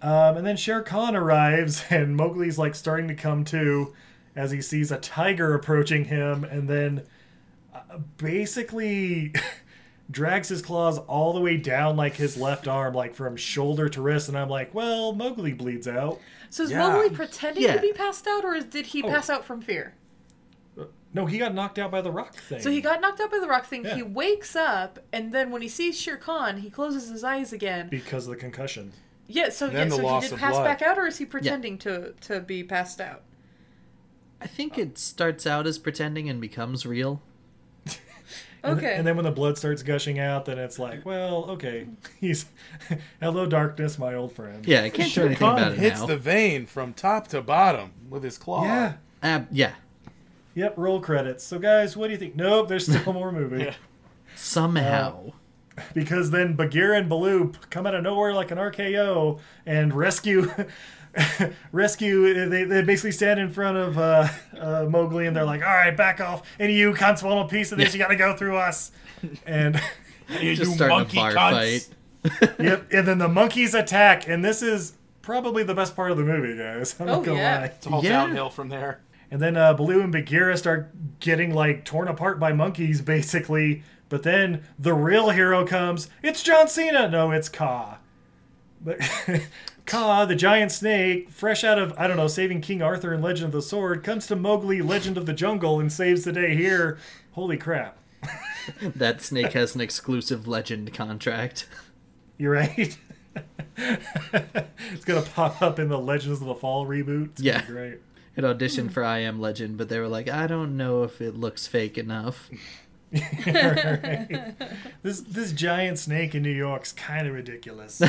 Um, and then Shere Khan arrives, and Mowgli's like starting to come to as he sees a tiger approaching him, and then uh, basically drags his claws all the way down like his left arm, like from shoulder to wrist. And I'm like, well, Mowgli bleeds out. So is Yeah. Mowgli pretending Yeah. Oh. to be passed out, or is- did he pass out from fear? No, he got knocked out by the rock thing. So he got knocked out by the rock thing. Yeah. He wakes up, and then when he sees Shere Khan, he closes his eyes again. because of the concussion. Yeah, so Then yeah, the so loss he did of pass blood. back out, or is he pretending to to be passed out? I think it starts out as pretending and becomes real. And th- Okay. and then when the blood starts gushing out, then it's like, well, okay, he's hello darkness, my old friend. Yeah, I can't do anything Khan about it hits now. the vein from top to bottom with his claw. Yeah. Uh, yeah, Yep. Roll credits. So guys, what do you think? Nope. There's still more movie somehow. because then Bagheera and Baloo p- come out of nowhere like an RKO and rescue. Rescue! They, they basically stand in front of uh, uh, Mowgli and they're like, "All right, back off! Any of you cunts want a piece of this? You got to go through us." And You just starting a bar cunts. fight. yep, and then the monkeys attack, and this is probably the best part of the movie, guys. I'm not Oh, gonna yeah. lie. It's all Yeah. downhill from there. And then uh, Baloo and Bagheera start getting like torn apart by monkeys, basically. But then the real hero comes. It's John Cena. No, it's Ka. But Ka, the giant snake, fresh out of I don't know, saving King Arthur in Legend of the Sword, comes to Mowgli, Legend of the Jungle, and saves the day here. Holy crap! That snake has an exclusive legend contract. You're right. it's gonna pop up in the Legends of the Fall reboot. It's gonna Yeah. be great. It auditioned for I Am Legend, but they were like, I don't know if it looks fake enough. This this giant snake in New York's kind of ridiculous.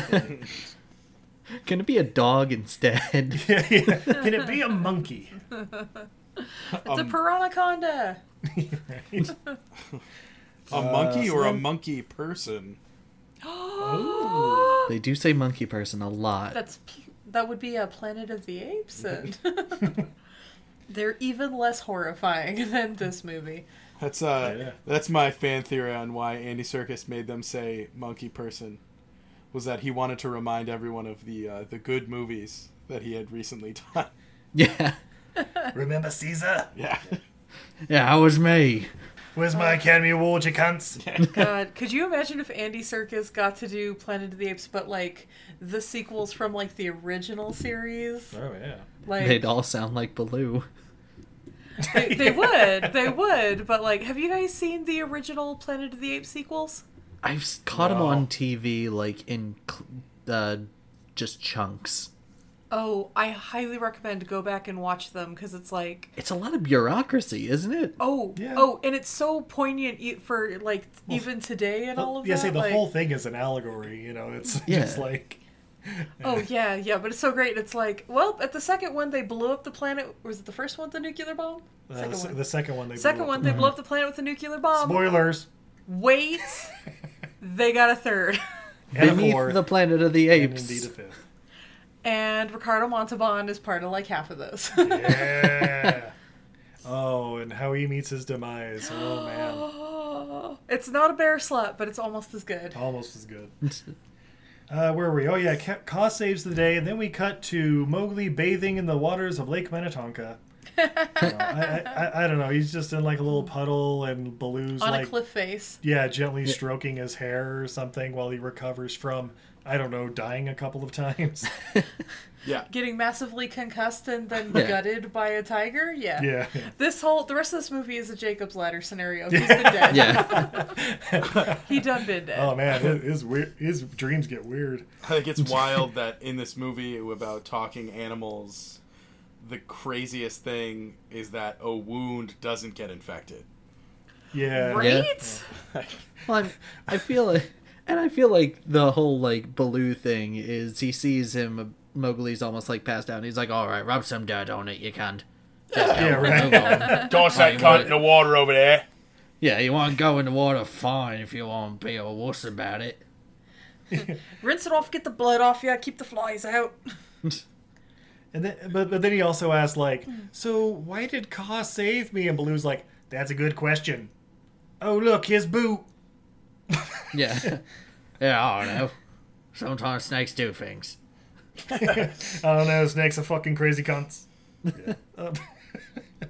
Can it be a dog instead? Can it be a monkey? It's a um, piranhaconda. A monkey or a monkey person? they do say monkey person a lot. That's p- that would be a Planet of the Apes. And They're even less horrifying than this movie. That's uh, Oh, Yeah, yeah. that's my fan theory on why Andy Circus made them say monkey person, was that he wanted to remind everyone of the uh, the good movies that he had recently done. Yeah. Remember Caesar? Yeah, Yeah, that was me. Where's my Academy Award, you cunts? God, could you imagine if Andy Serkis got to do Planet of the Apes, but like the sequels from like the original series? Oh yeah. Like They'd all sound like Baloo. They, they would, they would. But like, have you guys seen the original Planet of the Apes sequels? I've s- caught him on TV, like, in cl- uh, just chunks. Oh, I highly recommend go back and watch them because it's like, It's a lot of bureaucracy, isn't it? oh, Yeah. oh, and it's so poignant e- for like even today and all of yeah, that. see, the like- whole thing is an allegory. You know, it's Yeah. just like Oh yeah, yeah, but it's so great. It's like, well, at the second one they blew up the planet. Was it the first one with the nuclear bomb? uh, Second the, one. the Mm-hmm. second one. They blew Second up. one they blew up the planet with a nuclear bomb. Spoilers. Wait, they got a third. And a Beneath fourth, the planet of the and apes. indeed a fifth. And Ricardo Montalban is part of like half of those. Yeah. oh, and how he meets his demise. Oh man, it's not a bear slut, but it's almost as good. almost as good. Uh, where were we? Oh yeah, Ka- Ka saves the day, and then we cut to Mowgli bathing in the waters of Lake Minnetonka. Uh, I, I, I, I don't know. He's just in like a little puddle, and Baloo's On like a cliff face. yeah, gently stroking his hair or something while he recovers from I don't know, dying a couple of times. getting massively concussed and then Yeah. gutted by a tiger. Yeah. yeah, This whole the rest of this movie is a Jacob's ladder scenario. He's been dead. Yeah. He done been dead. Oh man, his his, weir- his dreams get weird. I think it's wild that in this movie about talking animals, the craziest thing is that a wound doesn't get infected. Yeah, right? Yeah. Well, I'm, I feel like, and I feel like the whole like Baloo thing is he sees him Mowgli's almost like passed out, and he's like, "All right, rub some dirt on it, you can't." yeah, right. Toss that cunt in the water over there. Yeah, you want to go in the water, fine. If you want to be a wuss about it, Oh. Rinse it off, get the blood off you, keep the flies out. And then, but but then he also asked like, so why did Ka save me? And Baloo's like, that's a good question. Oh look, his boot. yeah, yeah, I don't know. Sometimes snakes do things. I don't know, snakes are fucking crazy cunts. Yeah, Um,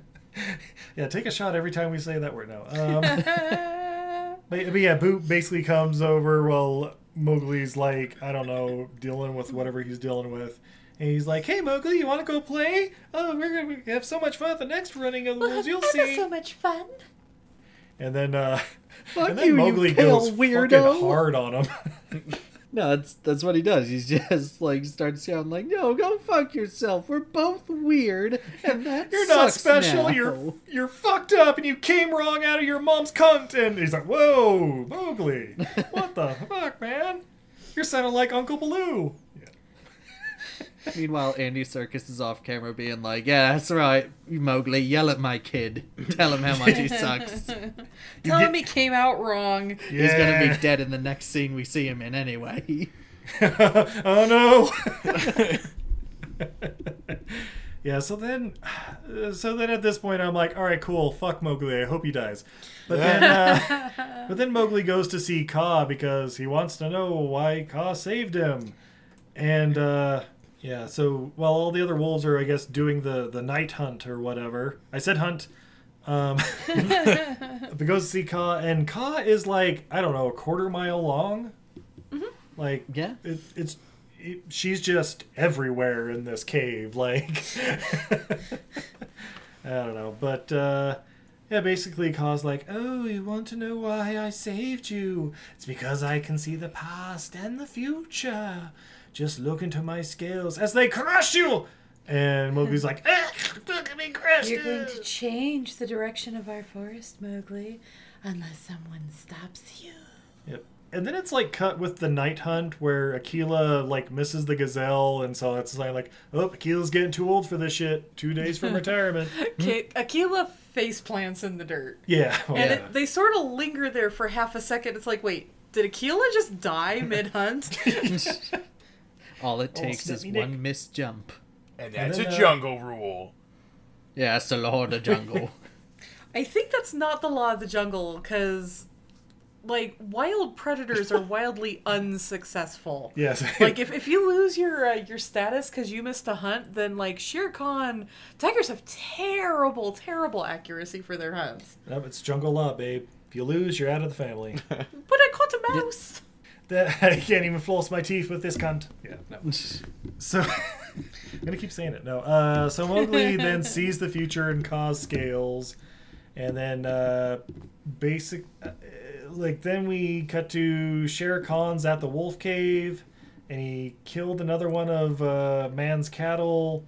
yeah, take a shot every time we say that word now. Um, but, but yeah, Boot basically comes over while Mowgli's like, I don't know, dealing with whatever he's dealing with. And he's like, "Hey Mowgli, you want to go play? Oh, we're gonna have so much fun at the next running of the wolves. You'll see." so much fun. And then, uh, Fuck and then you, you Mowgli pale goes weirdo. fucking hard on him. No, that's that's what he does. He just like starts yelling like, "No, go fuck yourself. We're both weird, and that you're not sucks special. now." You're you're fucked up, and you came wrong out of your mom's cunt. And he's like, "Whoa, Mowgli, what the fuck, man? You're sounding like Uncle Baloo." Yeah. Meanwhile, Andy Circus is off camera being like, "Yeah, that's right, Mowgli. Yell at my kid. Tell him how much he sucks. Tell him he came out wrong. He's gonna be dead in the next scene we see him in anyway." oh no. yeah, so then so then at this point I'm like, all right, cool, fuck Mowgli, I hope he dies. But then uh, but then Mowgli goes to see Ka because he wants to know why Ka saved him. And uh yeah, so while all the other wolves are I guess doing the the night hunt or whatever. I said hunt. Um but goes to see Ka and Ka is like, I don't know, a quarter mile long. Mm-hmm. Like Yeah. it, it's it, she's just everywhere in this cave. Like I don't know, but uh, yeah, basically, Ka's like, "Oh, you want to know why I saved you? It's because I can see the past and the future. Just look into my scales as they crush you." And Mowgli's like, ah, "Look at me crush You're going you." to change the direction of our forest, Mowgli, unless someone stops you. Yep. And then it's like cut with the night hunt where Akela like misses the gazelle, and so it's like, like oh, Akela's getting too old for this shit. Two days from retirement. Okay, Akela face plants in the dirt. yeah. well, And it, they sort of linger there for half a second. It's like, wait, did Akela just die mid hunt? All it takes is snippy dick. one missed jump. And that's then, a uh, jungle rule. Yeah, it's the law of the jungle. I think that's not the law of the jungle because, like, wild predators are wildly unsuccessful. Yes. Like if, if you lose your uh, your status because you missed a hunt, then like Shere Khan tigers have terrible, terrible accuracy for their hunts. Nope, it's jungle law, babe. If you lose, you're out of the family. But I caught a mouse. that, I can't even floss my teeth with this cunt. Yeah, no. So I'm gonna keep saying it. No. Uh, so Mowgli then sees the future and cause scales, and then uh, basic, uh, like then we cut to Shere Khan's at the wolf cave, and he killed another one of uh, man's cattle.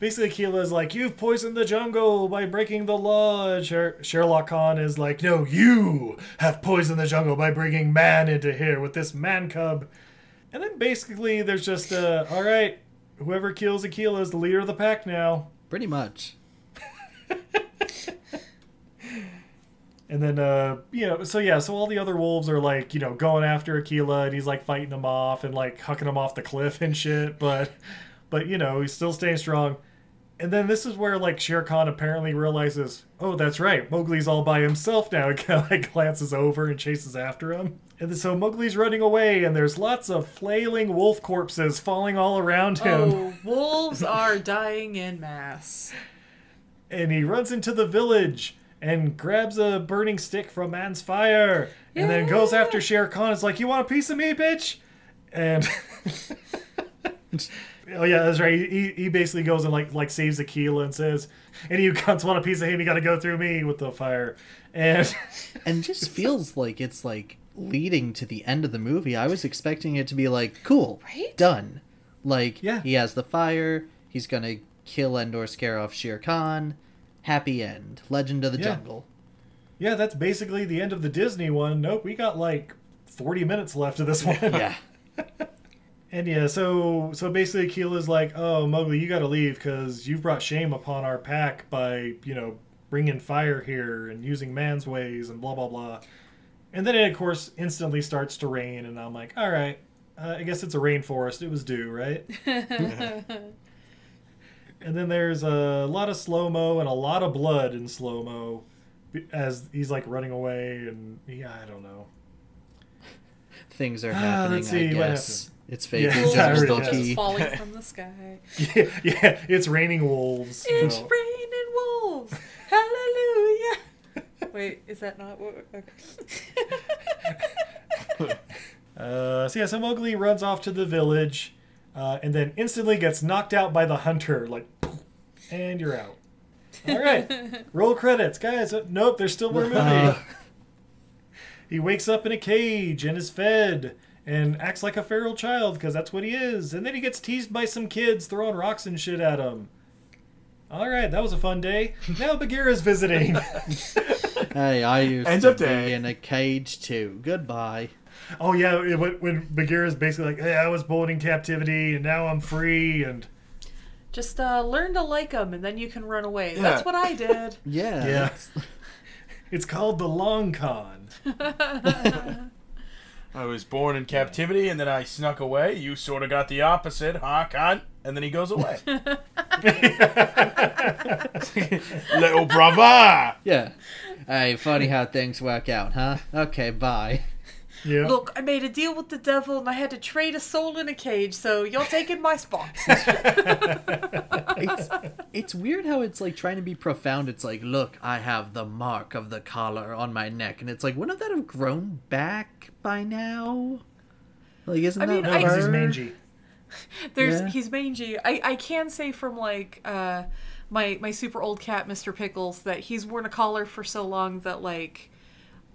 Basically, Keela's like, "You've poisoned the jungle by breaking the law." And Sher- Sherlock Khan is like, "No, you have poisoned the jungle by bringing man into here with this man cub." And then basically, there's just uh, all right. Whoever kills Akela is the leader of the pack now. Pretty much. And then, uh, you know, so yeah, so all the other wolves are like, you know, going after Akela, and he's like fighting them off and like hucking them off the cliff and shit. But, but you know, he's still staying strong. And then this is where like Shere Khan apparently realizes, oh, that's right, Mowgli's all by himself now. And kind of like glances over and chases after him. And then, so Mowgli's running away, and there's lots of flailing wolf corpses falling all around him. Oh, wolves are dying in mass. and he runs into the village and grabs a burning stick from man's fire and then goes after Shere Khan. It's like, you want a piece of me, bitch? And oh yeah, that's right. He, he basically goes and like like saves Akela and says, "Any of you cunts want a piece of him? You got to go through me with the fire." And and just feels like it's like leading to the end of the movie. I was expecting it to be like, cool, Right? done. Like, Yeah. he has the fire. He's gonna kill and or scare off Shere Khan. Happy end. Legend of the Yeah. Jungle. yeah, that's basically the end of the Disney one. Nope, we got like forty minutes left of this one. Yeah. And yeah, so so basically, Akela's like, "Oh, Mowgli, you got to leave because you've brought shame upon our pack by you know bringing fire here and using man's ways and blah blah blah." And then it, of course, instantly starts to rain, and I'm like, "All right, uh, I guess it's a rainforest. It was due, right?" and then there's a lot of slow mo and a lot of blood in slow mo as he's like running away, and yeah, I don't know. Things are Ah, happening, let's I see what guess. It's fake. Yeah, It's Wolves I are already still guessed. just key. falling from the sky. Yeah, yeah, it's raining wolves. you It's know. raining wolves. Hallelujah. Wait, is that not what? okay. Uh, so yeah, so Mowgli runs off to the village, uh, and then instantly gets knocked out by the hunter, like, and you're out. All right, roll credits, guys. Uh, Nope, there's still more movie. he wakes up in a cage and is fed and acts like a feral child because that's what he is. And then he gets teased by some kids throwing rocks and shit at him. All right, that was a fun day. Now Bagheera's visiting. Hey, I used End to of day. be in a cage too. Goodbye. Oh yeah, it- when, when Bagheera's basically like, "Hey, I was born in captivity, and now I'm free," and Just uh, learn to like them, and then you can run away. Yeah. That's what I did. Yeah. yeah, it's called the long con. I was born in captivity and then I snuck away. You sort of got the opposite, huh, cunt? And then he goes away. Little brother! Yeah. Hey, funny how things work out, huh? Okay, bye. Yeah, Look, I made a deal with the devil, and I had to trade a soul in a cage. So you're taking my spot. It's it's weird how it's like trying to be profound. It's like, look, I have the mark of the collar on my neck, and it's like, wouldn't that have grown back by now? Like, isn't I that mean, I- no, 'cause he's fur? mangy. There's Yeah. he's mangy. I I can say from like uh my my super old cat Mr. Pickles that he's worn a collar for so long that like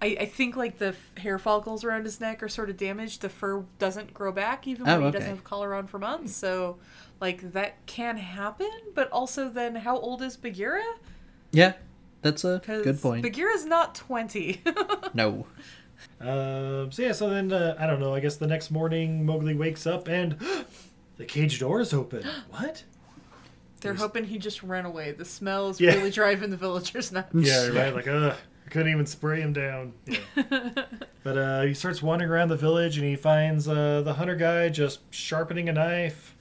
I I think like the f- hair follicles around his neck are sort of damaged. The fur doesn't grow back even when Oh, he okay. doesn't have a collar on for months. So like that can happen, but also then how old is Bagheera? Yeah, that's a good point. Bagheera's not 20. no. Um, so yeah, so then uh, I don't know. I guess the next morning Mowgli wakes up and the cage door is open. what? They're hoping he just ran away. The smell is Yeah. really driving the villagers nuts. Yeah, right. Like, ugh, I couldn't even spray him down. Yeah. but uh, he starts wandering around the village and he finds uh, the hunter guy just sharpening a knife.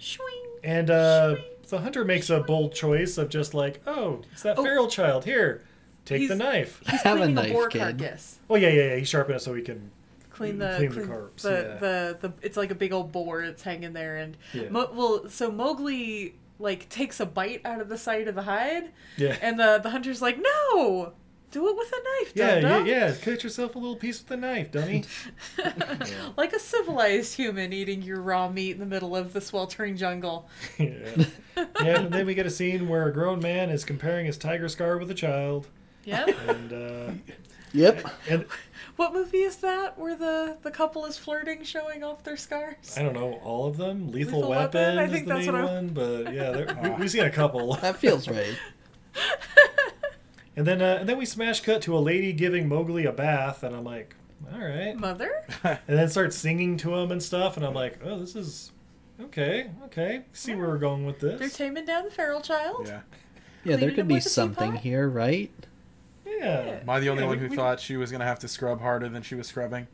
Shwing. And uh, the hunter makes a bold choice of just like, oh, it's that feral child. Here, take the He's- knife. He's Have a cleaning knife, boar kid. carcass. Oh, yeah, yeah, yeah. He sharpened it so he can. clean the Clean the clean corpse, The, yeah. the, the it's like a big old boar that's hanging there, and Yeah. Mo- well, so Mowgli like takes a bite out of the side of the hide, Yeah. and the the hunter's like, no, do it with a knife, yeah, yeah, dum-dum." yeah. Cut yourself a little piece with a knife, dummy. like a civilized human eating your raw meat in the middle of the sweltering jungle. yeah. yeah, and then we get a scene where a grown man is comparing his tiger scar with a child. Yeah, And, uh, Yep. and what movie is that where the the couple is flirting, showing off their scars? I don't know, all of them? Lethal, Lethal Weapon, Weapon? I is think the that's main what I- one, but yeah, there, we, we've seen a couple. That feels right. And then, uh, and then we smash cut to a lady giving Mowgli a bath, and I'm like, all right. Mother, And then starts singing to him and stuff, and I'm like, oh, this is okay, okay. See where we're going with they're this. taming down the feral child. Yeah. Yeah, there Cleaning could up be with a something teapot? here, right? Yeah, Am I the only Yeah, one we- who we- thought she was gonna have to scrub harder than she was scrubbing?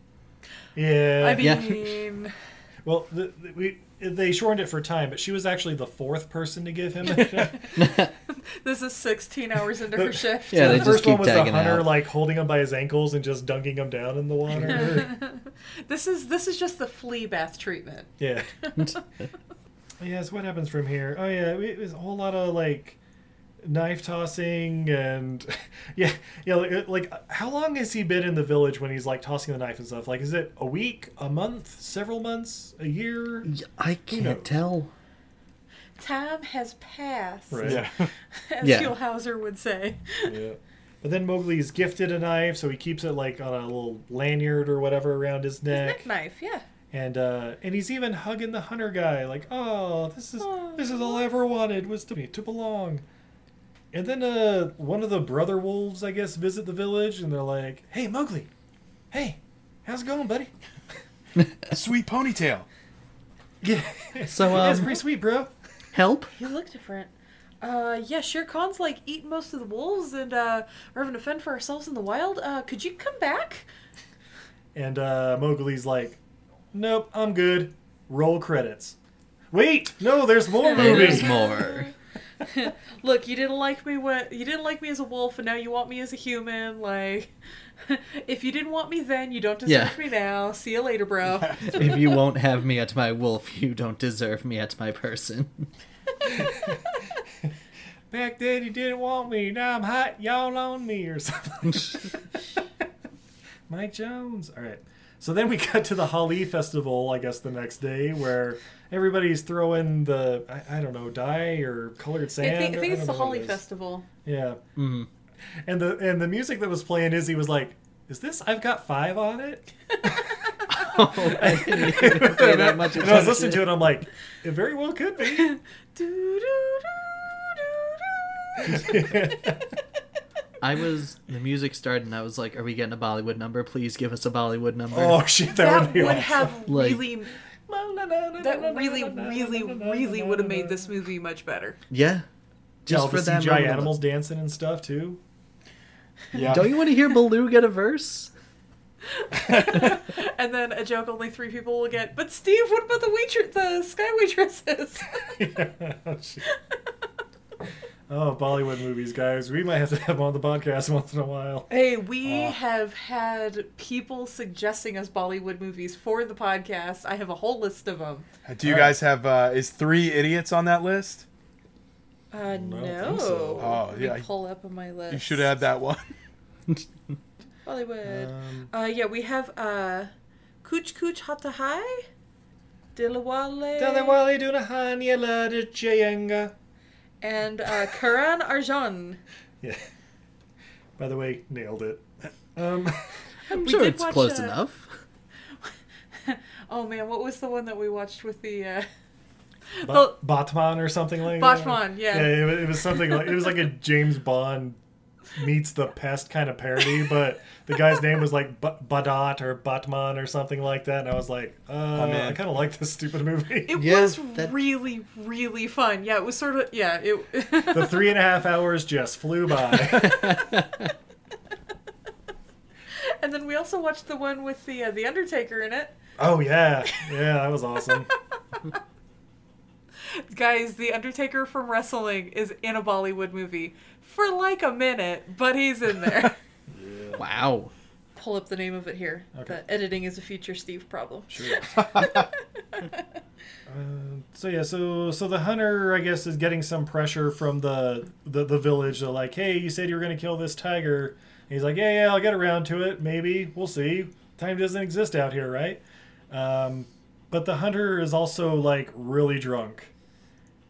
yeah. I Yeah. mean, well, the, the, we they shortened it for time, but she was actually the fourth person to give him. a this is 16 hours into her shift. Yeah, they the just first one keep was the tagging hunter, out. like holding him by his ankles and just dunking him down in the water. This is this is just the flea bath treatment. yeah. yes. What happens from here? Oh yeah, it was a whole lot of like knife tossing and yeah, yeah. Like, like, how long has he been in the village when he's like tossing the knife and stuff? Like, is it a week, a month, several months, a year? I can't knows? tell. Time has passed, Right. as Yeah. Hulhauser would say. Yeah. But then Mowgli is gifted a knife, so he keeps it like on a little lanyard or whatever around his neck. Neck knife, yeah. and uh, and he's even hugging the hunter guy like oh this is this is all i ever wanted was to be to belong and then uh, one of the brother wolves i guess visit the village and they're like hey mowgli hey how's it going buddy Sweet ponytail. yeah So, that's um, pretty sweet bro help? You look different. Uh, yeah, Shere Khan's like eating most of the wolves, and uh, we're having to fend for ourselves in the wild. Uh, could you come back? and uh, mowgli's like nope i'm good roll credits wait no there's more There's movies more. Look, you didn't like me when you didn't like me as a wolf, and now you want me as a human. Like, if you didn't want me then, you don't deserve Yeah. me now. See you later, bro. if you won't have me at my wolf, you don't deserve me at my person. back then you didn't want me now i'm hot y'all on me or something Mike Jones. All right. So then we cut to the Holly Festival, I guess, the next day, where everybody's throwing the I, I don't know dye or colored I sand. think, I or- think don't it's the know what Holly it is. Festival. Yeah. Mm-hmm. And the and the music that was playing, Izzy was like, "Is this I've Got Five on it?" Oh, Pay that much and I was attention. listening to it. I'm like, it very well could be. I was the music started and I was like, "Are we getting a Bollywood number? Please give us a Bollywood number." Oh shit, that, That would be would awesome. have Like- really, that really, really, really would have made this movie much better. Yeah, Just just all for the that CGI moment. animals dancing and stuff too. Yeah. Don't you want to hear Baloo get a verse? And then a joke only three people will get. But Steve, what about the waitress, the sky waitresses? oh, shit. Oh, Bollywood movies, guys. We might have to have them on the podcast once in a while. Hey, we have had people suggesting us Bollywood movies for the podcast. I have a whole list of them. Do you guys have uh, is three idiots on that list? Uh, don't no. think so. Oh, Let yeah, me I- pull up on my list. You should have that one. Bollywood. uh, yeah, we have uh, Kuch Kuch Hata Hai, Dilawale, Dalawali Dunahani Alada Jayanga. and uh, Karan Arjan. Yeah. By the way, nailed it. Um, I'm We sure did it's watch, close uh, enough. Oh man, what was the one that we watched with the uh, Bat- Batman or something like Batman, that. yeah. Yeah, it, wa- it was something like it was like a James Bond meets the pest kind of parody, but the guy's name was like B- Badat or Batman or something like that, and I was like, uh, in. I kind of like this stupid movie. It Yeah, was that- really, really fun. Yeah, it was sort of yeah. It the three and a half hours just flew by. and then we also watched the one with the uh, the Undertaker in it. oh yeah, yeah, that was awesome. Guys, the Undertaker from wrestling is in a Bollywood movie for like a minute, but he's in there. Wow. Pull up the name of it here. The editing is a future Steve problem. Um, So yeah, so so the hunter, I guess, is getting some pressure from the the, the village. They're like, "Hey, you said you were gonna kill this tiger." And he's like, "Yeah, yeah, I'll get around to it. Maybe we'll see. Time doesn't exist out here, right?" Um, but the hunter is also like really drunk,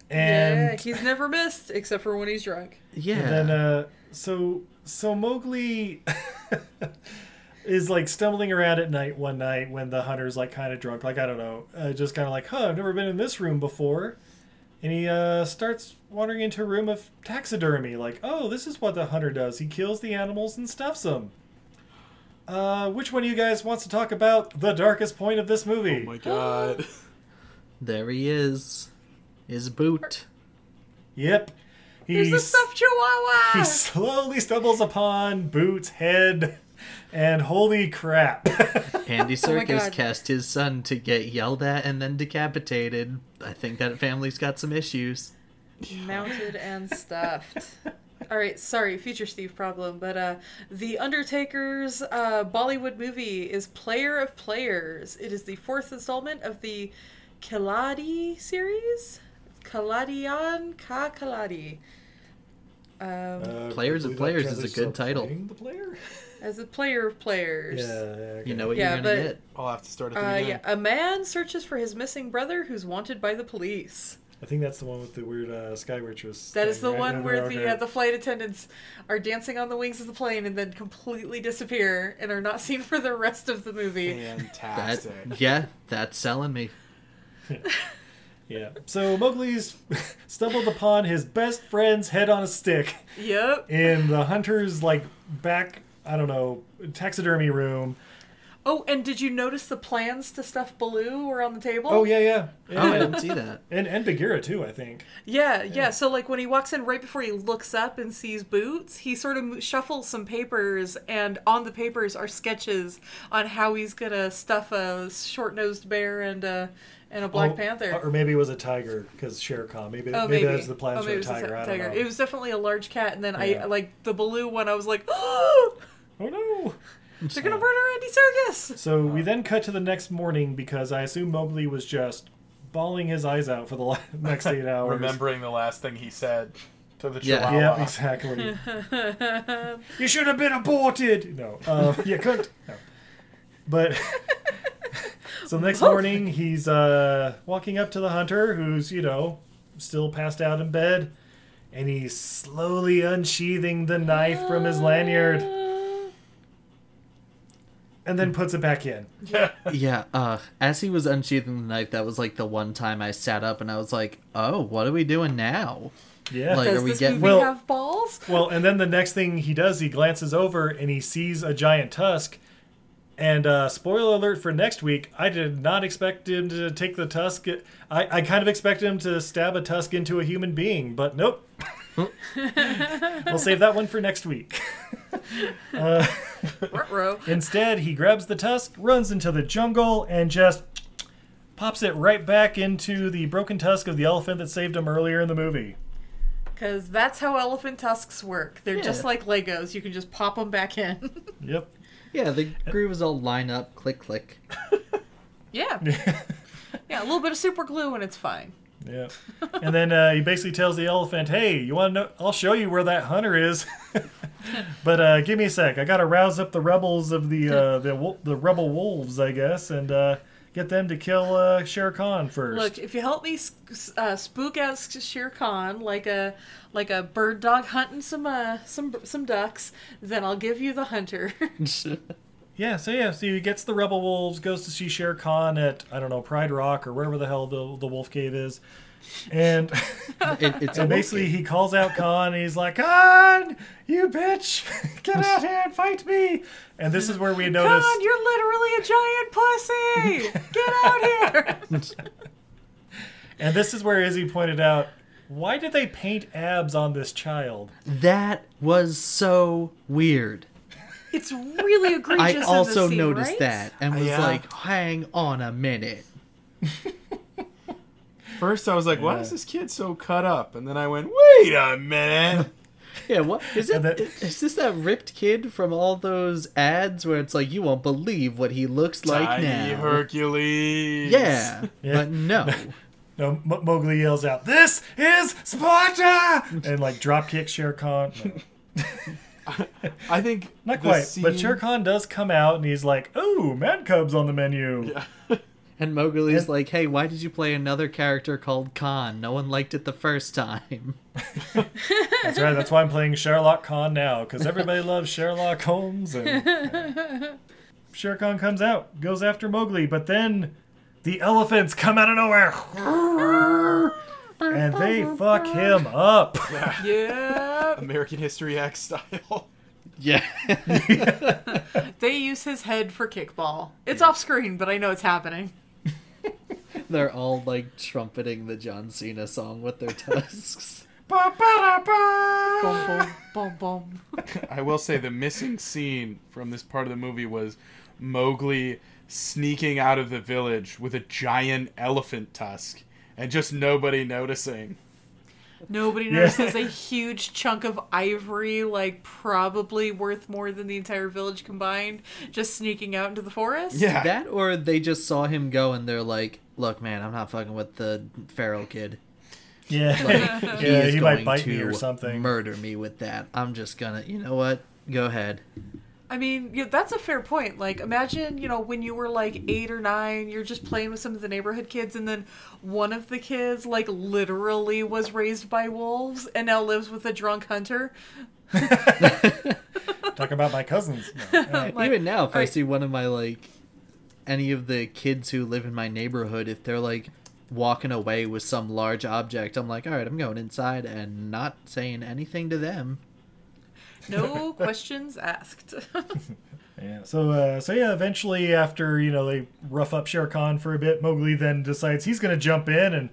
and yeah, he's never missed except for when he's drunk. Yeah. and then uh, so so Mowgli is like stumbling around at night one night when the hunter's like kind of drunk, like I don't know, uh, just kind of like, huh, I've never been in this room before, and he uh, starts wandering into a room of taxidermy, like, oh, this is what the hunter does. He kills the animals and stuffs them. Uh, which one of you guys wants to talk about the darkest point of this movie? Oh my god. there he is. His boot. Yep. There's a He's- stuffed chihuahua. He slowly stumbles upon Boot's head, and holy crap! Andy Circus Oh God. cast his son to get yelled at and then decapitated. I think that family's got some issues. mounted and stuffed. All right, sorry, future Steve problem, but uh, the Undertaker's uh, Bollywood movie is Player of Players. It is the fourth installment of the Kaladi series. Kaladian Ka Kaladi. Um, Uh, Players of Players is a good title. Playing The player? as a player of players. You know what Yeah, you're but- gonna get. I'll have to start at the Uh, beginning. yeah, a man searches for his missing brother who's wanted by the police. I think that's the one with the weird uh, sky waitress. That thing, is the right? one Yeah, where okay. the uh, the flight attendants are dancing on the wings of the plane and then completely disappear and are not seen for the rest of the movie. That Fantastic. yeah, that's selling me. yeah. So Mowgli's stumbled upon his best friend's head on a stick Yep. in the hunter's like back. I don't know taxidermy room. Oh, and did you notice the plans to stuff Baloo were on the table? Oh yeah, yeah, Oh, I yeah. didn't see that. and and Bagheera too. I think. Yeah, yeah, So like when he walks in, right before he looks up and sees Boots, he sort of shuffles some papers, and on the papers are sketches on how he's gonna stuff a short-nosed bear and a and a black Oh, panther. Or maybe it was a tiger because Shere Khan. Maybe, Oh, maybe, maybe, that was the plans oh, for a maybe it was tiger. I don't tiger. know. It was definitely a large cat, and then Yeah. I like the blue one. I was like, oh no! they're gonna murder Andy Serkis. So we then cut to the next morning because I assume Mowgli was just bawling his eyes out for the la- next eight hours. Remembering the last thing he said. to the Yeah. chihuahua. Yeah, exactly. you should have been aborted. No, uh, you couldn't. No. But so the next morning, he's uh, walking up to the hunter, who's you know still passed out in bed, and he's slowly unsheathing the knife from his lanyard, and then puts it back in. yeah, uh, as he was unsheathing the knife, that was like the one time I sat up and I was like, "Oh, what are we doing now?" like Does are we this getting movie Well- have balls? Well, and then the next thing he does, he glances over and he sees a giant tusk. And uh, spoiler alert for next week, I did not expect him to take the tusk. I, I kind of expected him to stab a tusk into a human being, but nope. we'll save that one for next week. uh, instead, he grabs the tusk, runs into the jungle, and just pops it right back into the broken tusk of the elephant that saved him earlier in the movie. Because that's how elephant tusks work. They're just Yeah. like Legos. You can just pop them back in. Yep. Yeah, the grooves all line up, click click. yeah. yeah, a little bit of super glue and it's fine. Yeah. and then uh, he basically tells the elephant, "Hey, you want to know? I'll show you where that hunter is. but uh, give me a sec. I got to rouse up the rebels of the uh, the wol- the rebel wolves, I guess, and uh, get them to kill uh, Shere Khan first. Look, if you help me s- s- uh, spook out S- Shere Khan like a like a bird dog hunting some uh, some some ducks, then I'll give you the hunter. Yeah. So yeah. So he gets the rebel wolves, goes to see Shere Khan at I don't know Pride Rock or wherever the hell the the wolf cave is, and it's a and wolf basically he calls out Khan and he's like, Khan, you bitch, get out here and fight me. And this is where we notice. Khan, you're literally a giant pussy. Get out here. And this is where Izzy pointed out, why did they paint abs on this child? That was so weird. It's really egregious. in I this also scene, noticed right? that and was Yeah. like, "Hang on a minute." First, I was like, "Why is Yeah. this kid so cut up?" And then I went, "Wait a minute." Yeah, what is it? Is this that ripped kid from all those ads where it's like you won't believe what he looks like Tiny now? Hercules. Yeah, but no. No, M- Mowgli yells out, "This is Sparta!" and like drop kick Shere Khan. I think not the quite, scene- but Shere Khan does come out and he's like, "Ooh, man cubs on the menu." And Mowgli's like, "Hey, why did you play another character called Khan? No one liked it the first time." That's right. That's why I'm playing Sherlock Khan now because everybody loves Sherlock Holmes. And Shere Khan comes out, goes after Mowgli, but then the elephants come out of nowhere and they fuck him up. Yeah. American History X style. Yeah. They use his head for kickball. It's off screen, but I know it's happening. They're all like trumpeting the John Cena song with their tusks. Boom, boom, boom, boom. I will say the missing scene from this part of the movie was Mowgli sneaking out of the village with a giant elephant tusk and just nobody noticing. Nobody Yeah. notices a huge chunk of ivory, like probably worth more than the entire village combined, just sneaking out into the forest. That or they just saw him go and they're like, "Look, man, I'm not fucking with the feral kid." Yeah. Like, Yeah, is he might going bite me to or something. Murder me with that. I'm just gonna, you know what? Go ahead. I mean, yeah, that's a fair point. Like, imagine, you know, when you were like eight or nine, you're just playing with some of the neighborhood kids, and then one of the kids, like, literally was raised by wolves and now lives with a drunk hunter. Talk about my cousins. Even now, if I see one of my like any of the kids who live in my neighborhood, if they're like walking away with some large object, I'm like, all right, I'm going inside and not saying anything to them. No questions asked. Yeah. So uh, so yeah, eventually after you know they rough up Shere Khan for a bit, Mowgli then decides he's gonna jump in and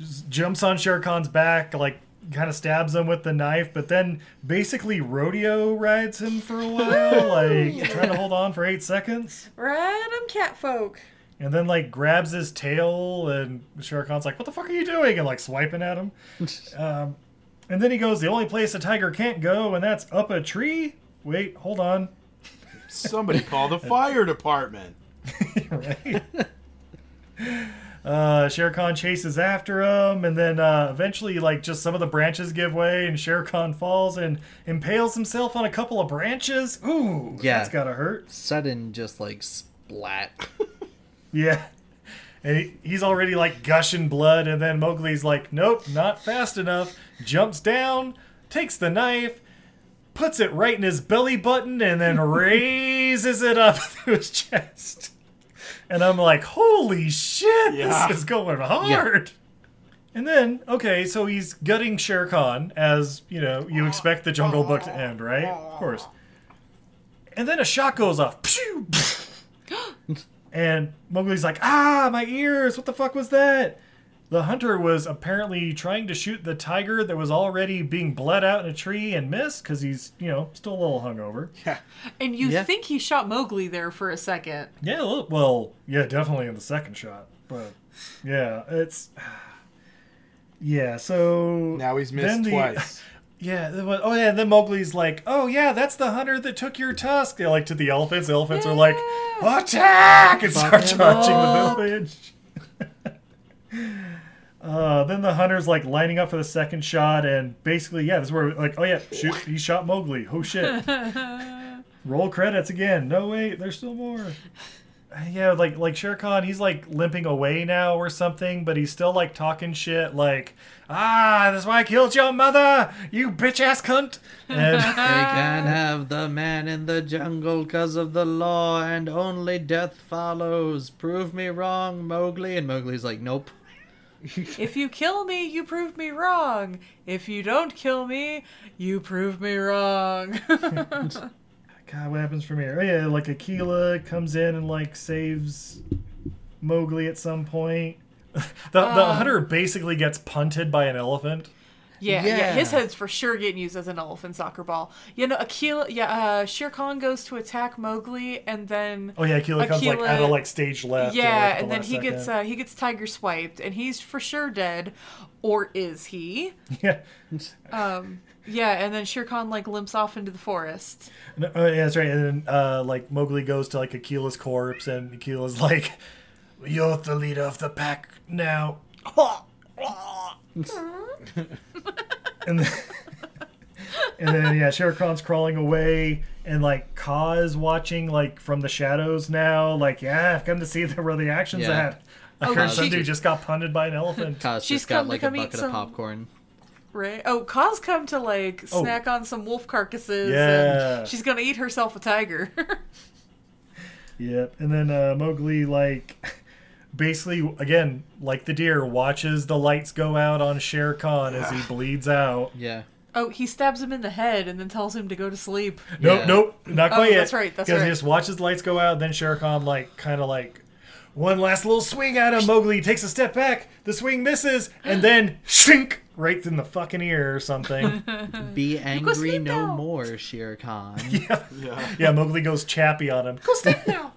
just jumps on Shere Khan's back, like kind of stabs him with the knife, but then basically rodeo rides him for a while, like trying to hold on for eight seconds, right? I'm catfolk. and then like grabs his tail, and Shere Khan's like, "What the fuck are you doing?" and like swiping at him. Um, and then he goes, "The only place a tiger can't go, and that's up a tree." Wait, hold on. Somebody call the fire department. Uh, Shere Khan chases after him, and then uh, eventually, like, just some of the branches give way, and Shere Khan falls and impales himself on a couple of branches. Ooh, Yeah. that's gotta hurt. Sudden, just like splat. Yeah. And he, he's already like gushing blood, and then Mowgli's like, nope, not fast enough. Jumps down, takes the knife, puts it right in his belly button, and then raises it up through his chest. And I'm like, holy shit, Yeah. this is going hard. And then, okay, so he's gutting Shere Khan, as you know, you expect the Jungle Book to end, right? Of course. And then a shot goes off. Pew! and Mowgli's like, ah, my ears, what the fuck was that? The hunter was apparently trying to shoot the tiger that was already being bled out in a tree and missed because he's, you know, still a little hungover. Yeah. And you Yeah. think he shot Mowgli there for a second. Yeah, look, well, yeah, definitely in the second shot, but yeah, it's yeah. So now he's missed twice. Yeah. then what- Oh yeah. Then Mowgli's like, "Oh yeah, that's the hunter that took your tusk." They're like to the elephants. The elephants are like, "Attack!" and Fuck start him charging up. the village. uh, then the hunter's like lining up for the second shot, and basically, yeah, this is where like, oh yeah, shoot, he shot Mowgli. Oh shit. Roll credits again. No wait, there's still more. Yeah, like like Shere Khan, he's like limping away now or something, but he's still like talking shit like, ah, that's why I killed your mother, you bitch ass cunt. they And can have the man in the jungle because of the law, and only death follows. Prove me wrong, Mowgli. And Mowgli's like, nope. If you kill me, you prove me wrong. If you don't kill me, you prove me wrong. God, what happens from here? Oh yeah, like Aquila comes in and like saves Mowgli at some point. the the Um, hunter basically gets punted by an elephant. Yeah, yeah, his head's for sure getting used as an elephant soccer ball. You know, Akela, yeah, uh, Shere Khan goes to attack Mowgli, and then Oh yeah, Aquila comes like Akela- out of like stage left. yeah, like, the and then last he gets second. uh, he gets tiger swiped, and he's for sure dead, or is he? Yeah. Um, yeah, and then Shere Khan like limps off into the forest. No, oh, yeah, that's right. And then uh, like Mowgli goes to like Aquila's corpse, and Aquila's like, "You're the leader of the pack now." and then, and then yeah, Shere Khan's crawling away, and like Ka is watching like from the shadows now. Like, yeah, I've come to see the, where the action's Yeah. at. I Oh, heard she- some dude just got punted by an elephant. Cos Uh, She's just got come to like a come eat bucket some- of popcorn. Right? Oh, Ka's come to like Oh. snack on some wolf carcasses. Yeah. and she's gonna eat herself a tiger. Yep. And then uh, Mowgli, like, basically, again, like the deer, watches the lights go out on Shere Khan as he bleeds out. Yeah. oh, he stabs him in the head and then tells him to go to sleep. Nope, nope, not Oh, quite yet. That's right. That's 'Cause right. he just watches the lights go out, then Shere Khan, like, kind of like, one last little swing at him. Mowgli takes a step back, the swing misses, and then shrink right in the fucking ear or something. Be angry no more, Shere Khan. yeah. yeah. Mowgli goes chappy on him. Go sleep now.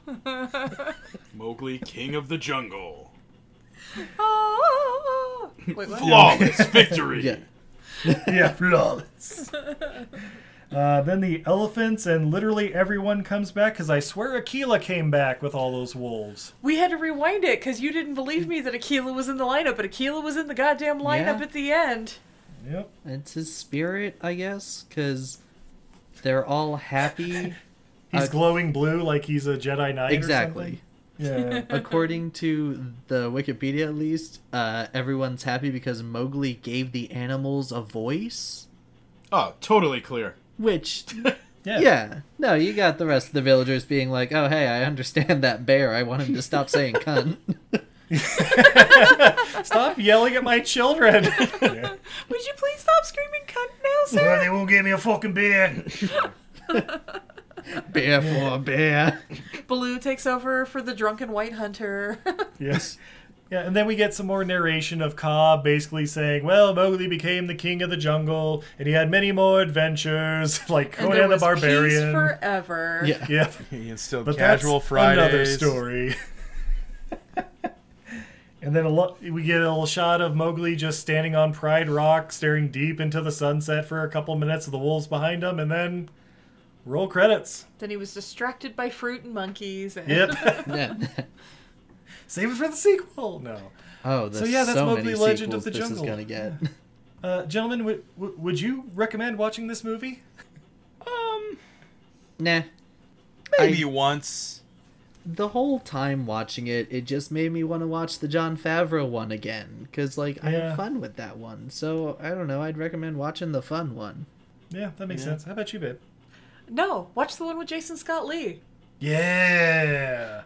Mowgli, king of the jungle. Wait, what? Flawless victory. Yeah. yeah, flawless. Uh, then the elephants and literally everyone comes back because I swear Aquila came back with all those wolves. We had to rewind it because you didn't believe me that Aquila was in the lineup, but Aquila was in the goddamn lineup Yeah. at the end. Yep. It's his spirit, I guess, because they're all happy. He's Uh, glowing blue like he's a Jedi Knight. Exactly. Or something. Yeah. According to the Wikipedia, at least, uh, everyone's happy because Mowgli gave the animals a voice. Oh, totally clear. Which, yeah. no, you got the rest of the villagers being like, "Oh, hey, I understand that bear. I want him to stop saying cunt." Stop yelling at my children. Would you please stop screaming cunt now, Well, sir? they won't give me a fucking beer. bear for bear. Baloo takes over for the drunken white hunter. Yes. Yeah, and then we get some more narration of Ka basically saying, "Well, Mowgli became the king of the jungle, and he had many more adventures, like And Conan the was peace Barbarian." forever. yeah. And still But casual that's Fridays. another story. and then a lo- we get a little shot of Mowgli just standing on Pride Rock, staring deep into the sunset for a couple minutes with the wolves behind him, and then roll credits. Then he was distracted by fruit and monkeys. And Yep. Yeah. Save it for the sequel. No. Oh, there's so, yeah, that's so Mowgli many Legend of the this Jungle. Is gonna get. Uh, gentlemen, w- w- would you recommend watching this movie? Um, Nah. maybe once. The whole time watching it, it just made me want to watch the John Favreau one again because like I Yeah. had fun with that one. So I don't know. I'd recommend watching the fun one. Yeah, that makes sense. How about you, babe? No, watch the one with Jason Scott Lee, Yeah.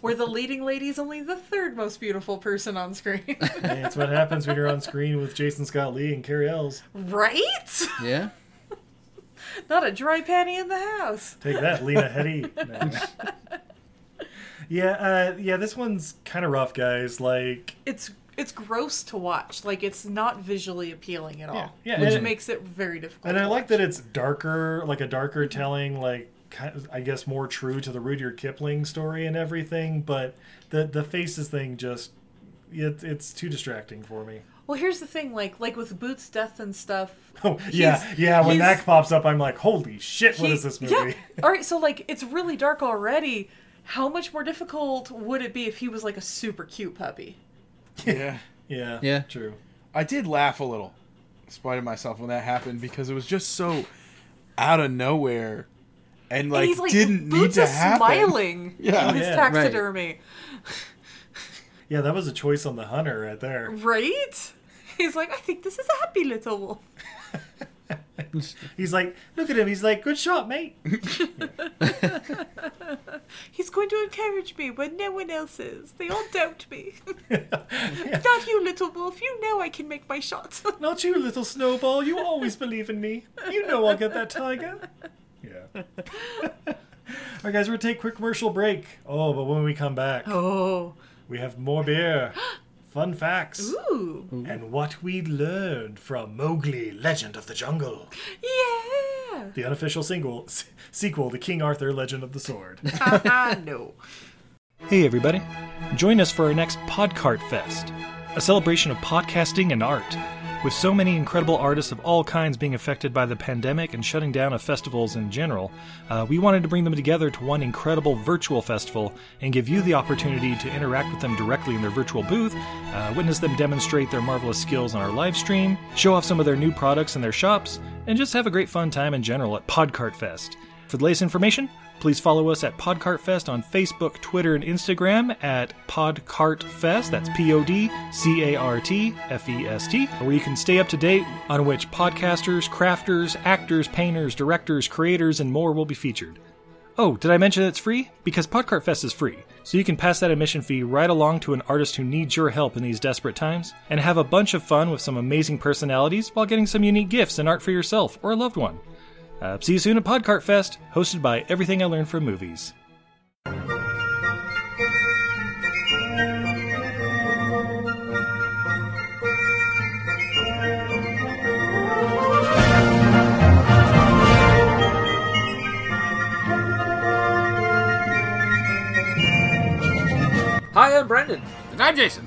where the leading lady's only the third most beautiful person on screen. Hey, it's what happens when you're on screen with Jason Scott Lee and Carrie Ells. right? Yeah. Not a dry panty in the house. Take that, Lena Headey. No. Yeah, uh, yeah, this one's kind of rough, guys. Like, It's it's gross to watch. Like it's not visually appealing at all. Yeah, yeah, which and- makes it very difficult. and I to like watch. that it's darker, like a darker Mm-hmm. telling, like kind of, I guess more true to the Rudyard Kipling story and everything. But the the faces thing just it, it's too distracting for me. Well, here's the thing. Like like with Boots' death and stuff. Oh yeah, he's- yeah. When he's- that pops up, I'm like, holy shit! What he- is this movie? Yeah. All right. So like it's really dark already. How much more difficult would it be if he was like a super cute puppy? Yeah. Yeah. Yeah. True. I did laugh a little, in spite of myself, when that happened because it was just so out of nowhere, and like, and he's like didn't need Boots to is happen. smiling. Yeah. in his Yeah, right. taxidermy. Yeah, that was a choice on the hunter right Mm. there. Right? He's like, I think this is a happy little wolf. He's like, look at him. He's like, good shot, mate. He's going to encourage me when no one else is. They all doubt me. Not you, little wolf. You know I can make my shot. Not you, little snowball. You always believe in me. You know I'll get that tiger. Yeah. All right, guys, we're gonna take a quick commercial break. Oh, but when we come back, oh. we have more beer, fun facts, Ooh. and what we learned from Mowgli: Legend of the Jungle, Yeah. the unofficial single s- sequel to King Arthur: Legend of the Sword. I know. Hey, everybody. Join us for our next Podcart Fest, a celebration of podcasting and art. With so many incredible artists of all kinds being affected by the pandemic and shutting down of festivals in general, uh, we wanted to bring them together to one incredible virtual festival and give you the opportunity to interact with them directly in their virtual booth, uh, witness them demonstrate their marvelous skills on our live stream, show off some of their new products in their shops, and just have a great fun time in general at Podcart Fest. For the latest information, Please follow us at Podcartfest on Facebook, Twitter, and Instagram at Podcartfest. That's P O D C A R T F E S T, where you can stay up to date on which podcasters, crafters, actors, painters, directors, creators, and more will be featured. Oh, did I mention it's free? Because Podcart Fest is free, so you can pass that admission fee right along to an artist who needs your help in these desperate times and have a bunch of fun with some amazing personalities while getting some unique gifts and art for yourself or a loved one. Uh, see you soon at Podcart Fest, hosted by Everything I Learned from Movies. Hi, I'm Brendan. And I'm Jason.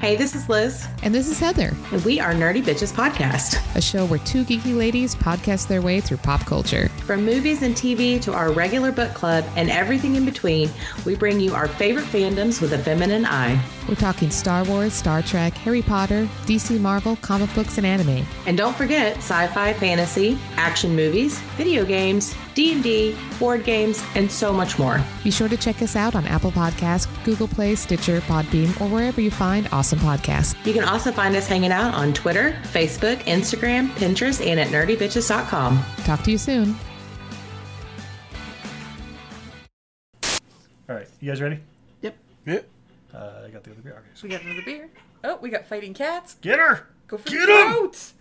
Hey, this is Liz. And this is Heather. And we are Nerdy Bitches Podcast, a show where two geeky ladies podcast their way through pop culture. From movies and TV to our regular book club and everything in between, we bring you our favorite fandoms with a feminine eye. We're talking Star Wars, Star Trek, Harry Potter, DC Marvel, comic books, and anime. And don't forget sci-fi, fantasy, action movies, video games, D&D, board games, and so much more. Be sure to check us out on Apple Podcasts, Google Play, Stitcher, Podbeam, or wherever you find awesome podcasts. You can also find us hanging out on Twitter, Facebook, Instagram, Pinterest, and at nerdybitches.com. Talk to you soon. All right, you guys ready? Yep. Yep. Uh, I got the other beer. Okay. We got another beer. Oh, we got fighting cats. Get her! Go for Get the 'em! throat!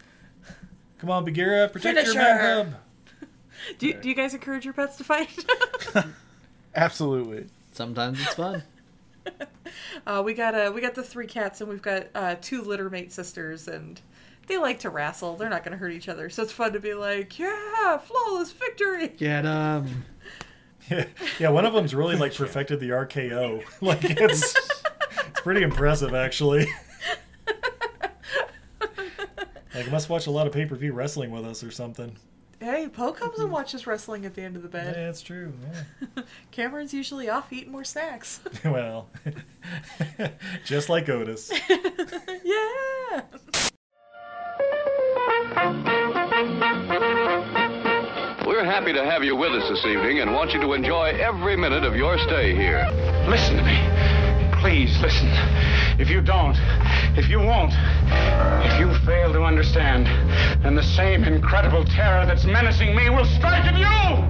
Come on, Bagheera, protect Finish your man her! cub. Do, do you guys encourage your pets to fight? Absolutely. Sometimes it's fun. Uh, we got uh, we got the three cats, and we've got uh, two littermate sisters, and they like to wrestle. They're not going to hurt each other, so it's fun to be like, yeah, flawless victory. Get um. Yeah, yeah, one of them's really like perfected the RKO. Like it's it's pretty impressive actually. like must watch a lot of pay-per-view wrestling with us or something. Hey, Poe comes and watches wrestling at the end of the Yeah, bed. that's true. Yeah. Cameron's usually off eating more snacks. well, just like Otis. yeah. We're happy to have you with us this evening and want you to enjoy every minute of your stay here. Listen to me. Please listen. If you don't, if you won't, if you fail to understand, then the same incredible terror that's menacing me will strike at you!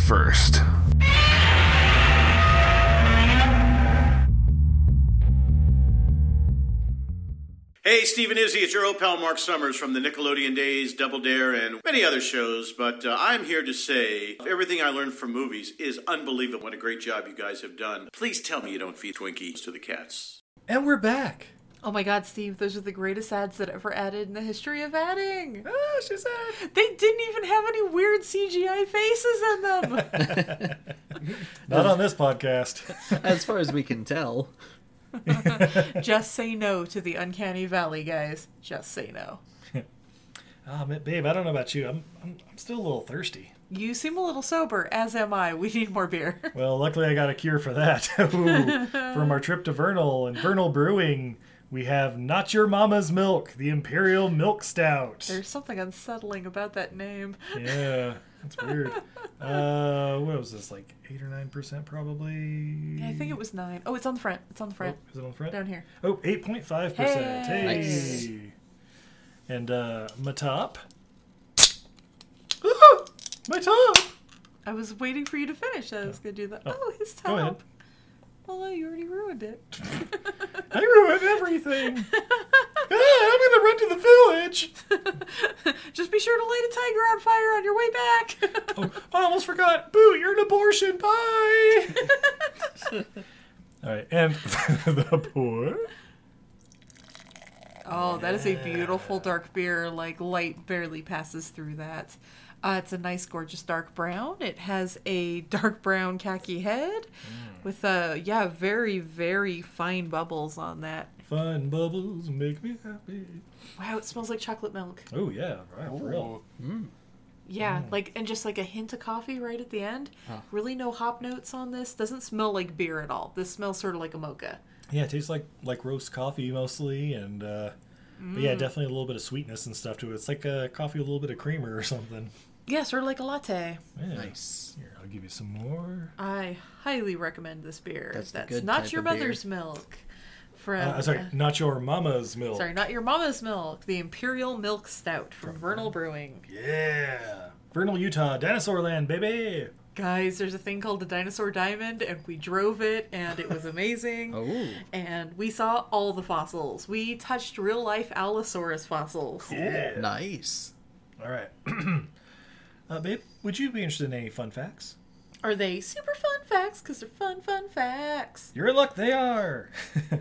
first. Hey, Stephen Izzy, it's your old pal Mark Summers from the Nickelodeon days, Double Dare, and many other shows. But uh, I'm here to say everything I learned from movies is unbelievable. What a great job you guys have done. Please tell me you don't feed Twinkies to the cats. And we're back. Oh my God, Steve! Those are the greatest ads that ever added in the history of adding. Oh, she said they didn't even have any weird CGI faces in them. Not on this podcast. as far as we can tell. Just say no to the uncanny valley, guys. Just say no. Ah, ma- babe, I don't know about you. I'm, I'm I'm still a little thirsty. You seem a little sober, as am I. We need more beer. Well, luckily I got a cure for that. Ooh. From our trip to Vernal and Vernal Brewing, we have Not Your Mama's Milk, the Imperial Milk Stout. There's something unsettling about that name. Yeah, that's weird. Uh, what was this like eight or nine percent probably? I think it was nine. Oh, it's on the front. It's on the front. is it on the front? Down here. Oh, 8.5%. Hey. Hey. Nice. And uh, Matop. My I was waiting for you to finish. I was gonna do that. Oh, his top. go ahead. Well, you already ruined it. I ruined everything. Ah, I'm gonna run to the village. Just be sure to light a tiger on fire on your way back. I almost forgot. Boo, you're an abortion. Bye. All right, and the poor. Oh, that is a beautiful dark beer. Like light barely passes through that. Uh, it's a nice, gorgeous dark brown. It has a dark brown khaki head Mm. with uh, yeah, very, very fine bubbles on that. Fine bubbles make me happy. Wow, it smells like chocolate milk. Oh yeah, right, for real. Yeah, like and just like a hint of coffee right at the end. Mm. Huh. Really, no hop notes on this. Doesn't smell like beer at all. This smells sort of like a mocha. Yeah, it tastes like like roast coffee mostly, and uh, but yeah, Mm. definitely a little bit of sweetness and stuff to it. It's like a coffee with a little bit of creamer or something. Yeah, sort of like a latte. Nice. Here, I'll give you some more. I highly recommend this beer. That's That's, the good not type your of beer. mother's milk. From Uh, sorry, uh, not your mama's milk. sorry, not your mama's milk. The Imperial Milk Stout from Vernal Brewing. Yeah, Vernal, Utah, Dinosaur Land, baby. Guys, there's a thing called the Dinosaur Diamond, and we drove it, and it was amazing. Oh. And we saw all the fossils. We touched real life Allosaurus fossils. Nice. All right, uh, babe, would you be interested in any fun facts? Are they super fun facts? Because they're fun, fun facts. You're in luck, they are.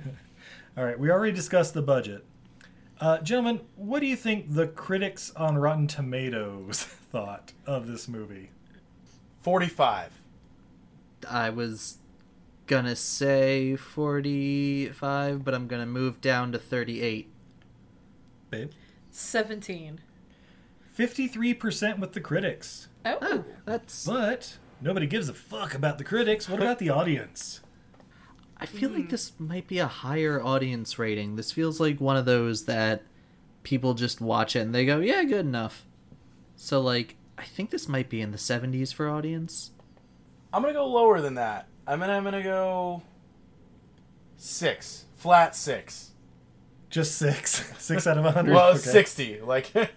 All right, we already discussed the budget. Uh, gentlemen, what do you think the critics on Rotten Tomatoes thought of this movie? 45. I was gonna say 45, but I'm gonna move down to 38. Babe? 17. 53% with the critics. Oh, that's. But nobody gives a fuck about the critics. What about the audience? I feel like this might be a higher audience rating. This feels like one of those that people just watch it and they go, yeah, good enough. So, like, I think this might be in the 70s for audience. I'm gonna go lower than that. I'm gonna I'm gonna go six, flat six. Just six. Six out of 100. Well, Okay. sixty, like.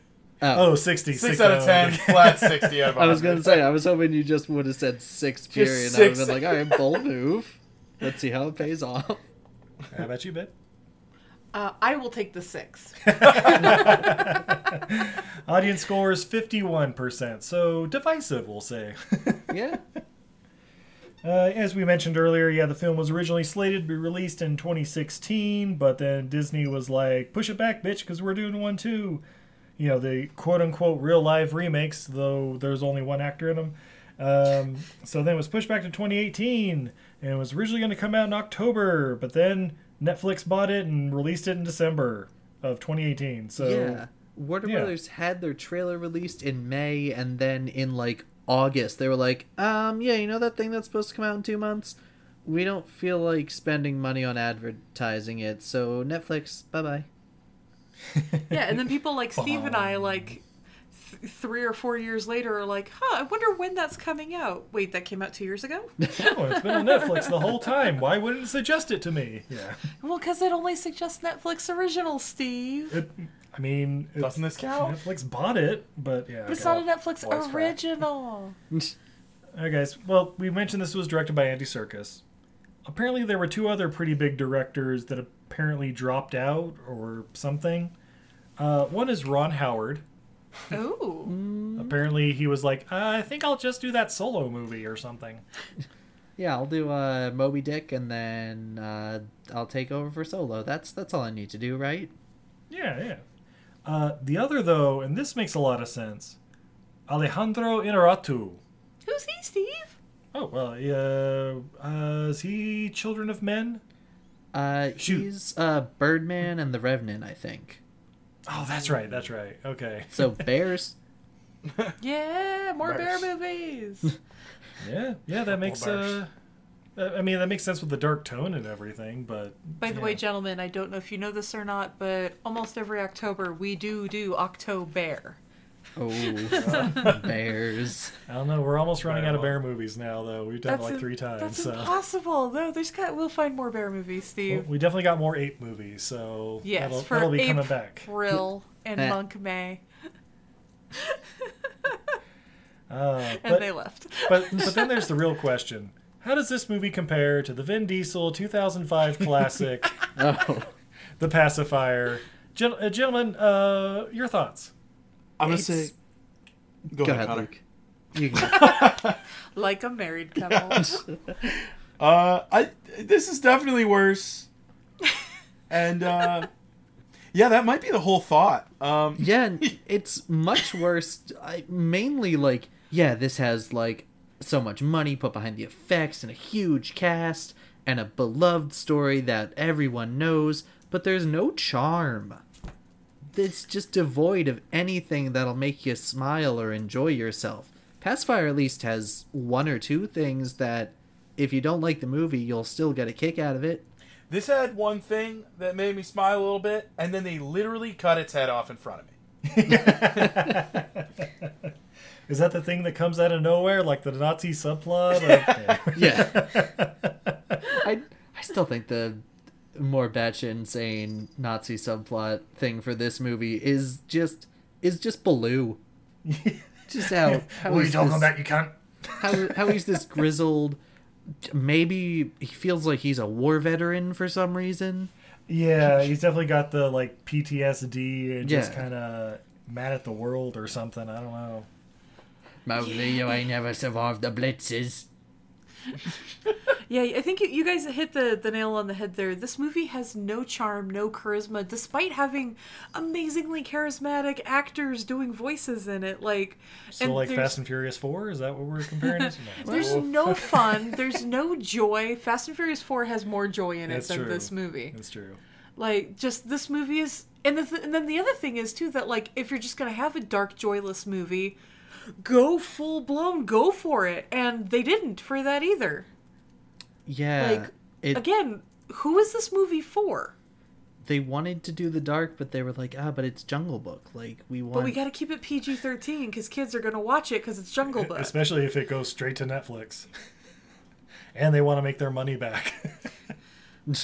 Oh, 60, Six six out of oh. ten, flat sixty out of I was 100. gonna say, I was hoping you just would have said six period. I would six. have been like, all right, bold move. Let's see how it pays off. How about you, babe? Uh, I will take the six. Audience scores 51%, so divisive, we'll say. yeah. Uh, as we mentioned earlier, yeah, the film was originally slated to be released in 2016, but then Disney was like, push it back, bitch, because we're doing one too. You know, the quote unquote real life remakes, though there's only one actor in them. Um, so then it was pushed back to 2018, and it was originally going to come out in October, but then Netflix bought it and released it in December of 2018. So, yeah. Warner yeah. Brothers had their trailer released in May, and then in like August, they were like, um, yeah, you know that thing that's supposed to come out in two months? We don't feel like spending money on advertising it, so Netflix, bye bye. yeah, and then people like Steve and I, like th- three or four years later, are like, huh, I wonder when that's coming out. Wait, that came out two years ago? Oh, it's been on Netflix the whole time. Why wouldn't it suggest it to me? Yeah. well, because it only suggests Netflix original, Steve. It, I mean, it, doesn't this count? Netflix bought it, but yeah. It's not a Netflix original. All right, guys. Well, we mentioned this was directed by Andy Serkis. Apparently, there were two other pretty big directors that apparently dropped out or something. Uh, one is Ron Howard. Oh. apparently, he was like, I think I'll just do that solo movie or something. Yeah, I'll do uh, Moby Dick, and then uh, I'll take over for Solo. That's that's all I need to do, right? Yeah, yeah. Uh, the other, though, and this makes a lot of sense Alejandro Inarritu. Who's he, Steve? Oh, well, uh, uh, is he Children of Men? Uh, he's uh, Birdman and the Revenant, I think. Oh, that's right, that's right. Okay. So bears. Yeah, more bear Bears. movies. Yeah, yeah, that makes uh, bars. I I mean that makes sense with the dark tone and everything, but By the way, gentlemen, I don't know if you know this or not, but almost every October we do do October. oh, bears. I don't know. We're almost running out of bear movies now, though. We've done it like im- three times, That's so impossible. No, there's got. We'll find more bear movies, Well, Steve. we definitely got more ape movies, so yes, that'll, for that'll be April coming back. and Eh. Monk May. Uh, And but- they left. but but then there's the real question: How does this movie compare to the Vin Diesel 2005 classic, The Pacifier? Gen- uh, gentlemen, uh, your thoughts? I'm gonna say Go, ahead, Connor. You Like a married couple. Uh, I this is definitely worse. And uh, yeah, that might be the whole thought. Um, yeah, and it's much worse. I, mainly like, yeah, this has like so much money put behind the effects and a huge cast and a beloved story that everyone knows, but there's no charm. It's just devoid of anything that'll make you smile or enjoy yourself. Pacifier at least has one or two things that, if you don't like the movie, you'll still get a kick out of it. This had one thing that made me smile a little bit, and then they literally cut its head off in front of me. Is that the thing that comes out of nowhere, like the Nazi subplot? Of, yeah. I I still think the more batshit insane Nazi subplot thing for this movie is just is just Baloo. just how What how are you he's talking this- about, you cunt? How how he's this grizzled maybe he feels like he's a war veteran for some reason. yeah, he's definitely got the like PTSD and just Yeah. kind of mad at the world or something. I don't know. Mowgli, you ain't never survived the blitzes. yeah, I think you, you guys hit the, the nail on the head there. This movie has no charm, no charisma, despite having amazingly charismatic actors doing voices in it. Like, So like Fast and Furious Four? Is that what we're comparing it to? There's no fun. There's no joy. Fast and Furious Four has more joy in it That's than true. this movie. That's true. Like, just this movie is, and, the th- and then the other thing is too that like if you're just gonna have a dark, joyless movie, go full blown, go for it. And they didn't for that either. Yeah. Like, it, Again, who is this movie for? they wanted to do the dark, but they were like, ah, but it's Jungle Book. Like we want But we gotta keep it PG thirteen because kids are gonna watch it because it's Jungle Book. Especially if it goes straight to Netflix. and they want to make their money back.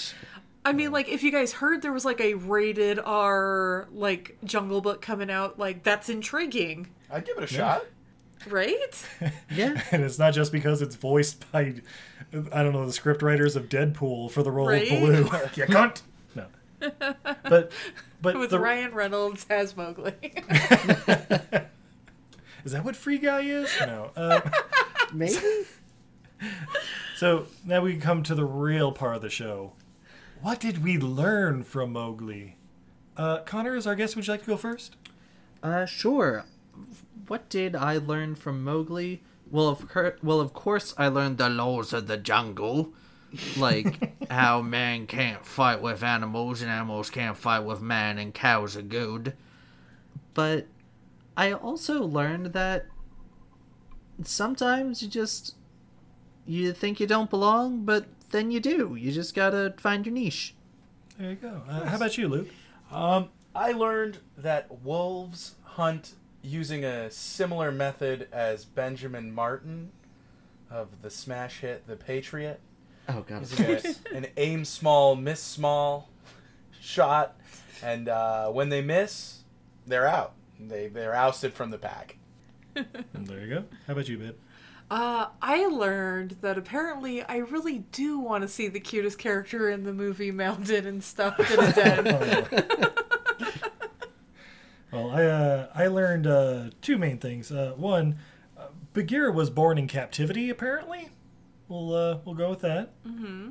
I mean, like, if you guys heard there was like a rated R like Jungle Book coming out, like that's intriguing, I'd give it a Yeah. shot. right? Yeah. and it's not just because it's voiced by, I don't know, the script writers of Deadpool for the role Right? of Baloo. you can't. No. But but With the, Ryan Reynolds as Mowgli. is that what Free Guy is? No. Um, Maybe. So now we come to the real part of the show. What did we learn from Mowgli? Uh, Connor, as our guest, would you like to go first? Uh, sure. What did I learn from Mowgli? Well, of cur- well, of course, I learned the laws of the jungle, like how man can't fight with animals and animals can't fight with man, and cows are good. But I also learned that sometimes you just you think you don't belong, but then you do. You just gotta find your niche. There you go. Uh, how about you, Luke? Um, I learned that wolves hunt using a similar method as Benjamin Martin of the smash hit The Patriot. Oh god. Using a- an aim small, miss small shot, and uh, when they miss, they're out. They they're ousted from the pack. there you go. How about you, Bib? Uh, I learned that apparently I really do want to see the cutest character in the movie mounted and stuffed in a den. Well, I uh, I learned uh, two main things. Uh, one, uh, Bagheera was born in captivity. Apparently, we'll uh, we'll go with that. mm-hmm.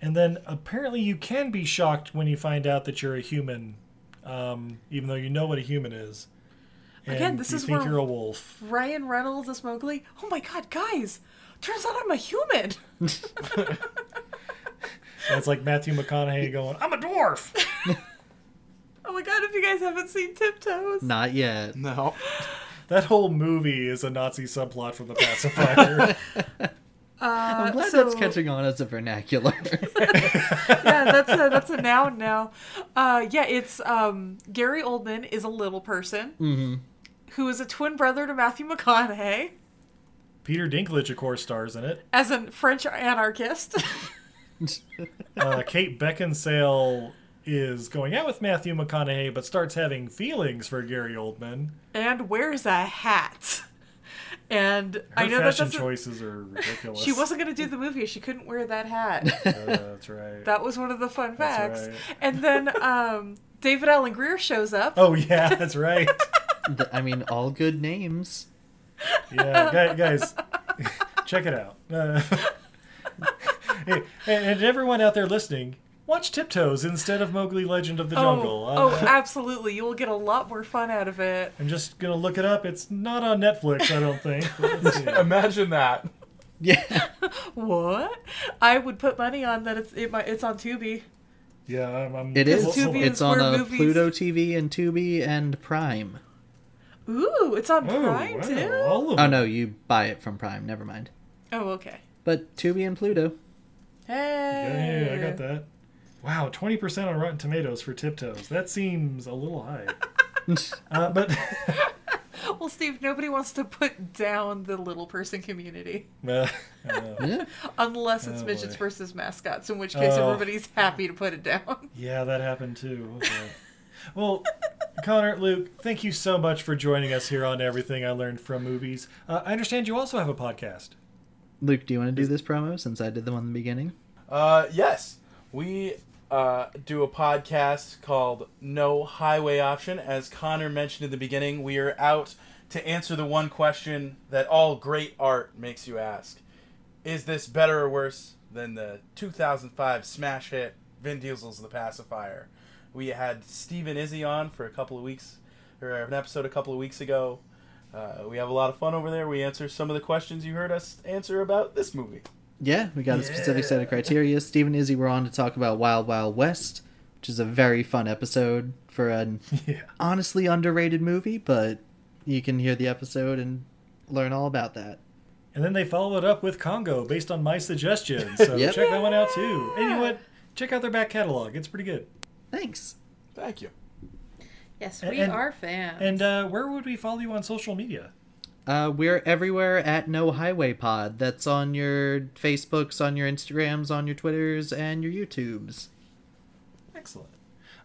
And then apparently, you can be shocked when you find out that you're a human, um, even though you know what a human is. And Again, this you is think where- you're a wolf. Ryan Reynolds as Mowgli. Oh my god, guys! Turns out I'm a human. That's like Matthew McConaughey going, "I'm a dwarf." Oh my god, if you guys haven't seen Tiptoes, Not yet. No. That whole movie is a Nazi subplot from The Pacifier. uh, I'm glad so, that's catching on as a vernacular. yeah, that's a that's a noun now. Uh, yeah, it's um, Gary Oldman is a little person mm-hmm. who is a twin brother to Matthew McConaughey Peter Dinklage, of course, stars in it. as a French anarchist. Uh, Kate Beckinsale is going out with Matthew McConaughey, but starts having feelings for Gary Oldman. and wears a hat. And Her I know that fashion doesn't- choices are ridiculous. She wasn't going to do the movie if she couldn't wear that hat. Uh, that's right. that was one of the fun That's facts. right. And then um, David Allen Greer shows up. Oh yeah, that's right. Th- I mean, all good names. yeah, guy- guys, check it out. Uh, hey, and, and everyone out there listening, watch Tiptoes instead of Mowgli: Legend of the Jungle. Uh, Oh, oh, absolutely. You will get a lot more fun out of it. I'm just gonna look it up. It's not on Netflix, I don't think. Imagine that. What? I would put money on that. It's it might, it's on Tubi. Yeah, I'm. I'm It is. Tubi is it's on where a movies- Pluto TV and Tubi and Prime. Ooh, it's on Prime too. Oh no, you buy it from Prime. Never mind. Oh, okay. But Tubi and Pluto. Hey. Yeah, I got that. Wow, twenty percent on Rotten Tomatoes for Tiptoes. That seems a little high. uh, but Well, Steve, nobody wants to put down the little person community Uh, I don't know. unless it's Oh, midgets boy. versus mascots, in which case Oh. everybody's happy to put it down. Yeah, that happened too. Okay. well, Connor, Luke, thank you so much for joining us here on Everything I Learned from Movies. Uh, I understand you also have a podcast. Luke, do you want to do this promo since I did them on the beginning? Uh, yes, we uh, do a podcast called No Highway Option. As Connor mentioned in the beginning, we are out to answer the one question that all great art makes you ask: Is this better or worse than the 2005 smash hit Vin Diesel's The Pacifier? We had Steve and Izzy on for a couple of weeks, or an episode a couple of weeks ago. Uh, we have a lot of fun over there. We answer some of the questions you heard us answer about this movie. Yeah, we got a specific set of criteria. Steve and Izzy were on to talk about Wild Wild West, which is a very fun episode for an honestly underrated movie, but you can hear the episode and learn all about that. And then they followed up with Congo based on my suggestion. So Yep. check that one out too. And you know what? Check out their back catalog. It's pretty good. Thanks. Thank you. Yes, we And- fans. And uh, where would we follow you on social media? Uh, we're everywhere at No Highway Pod. That's on your Facebooks, on your Instagrams, on your Twitters, and your YouTubes. Excellent.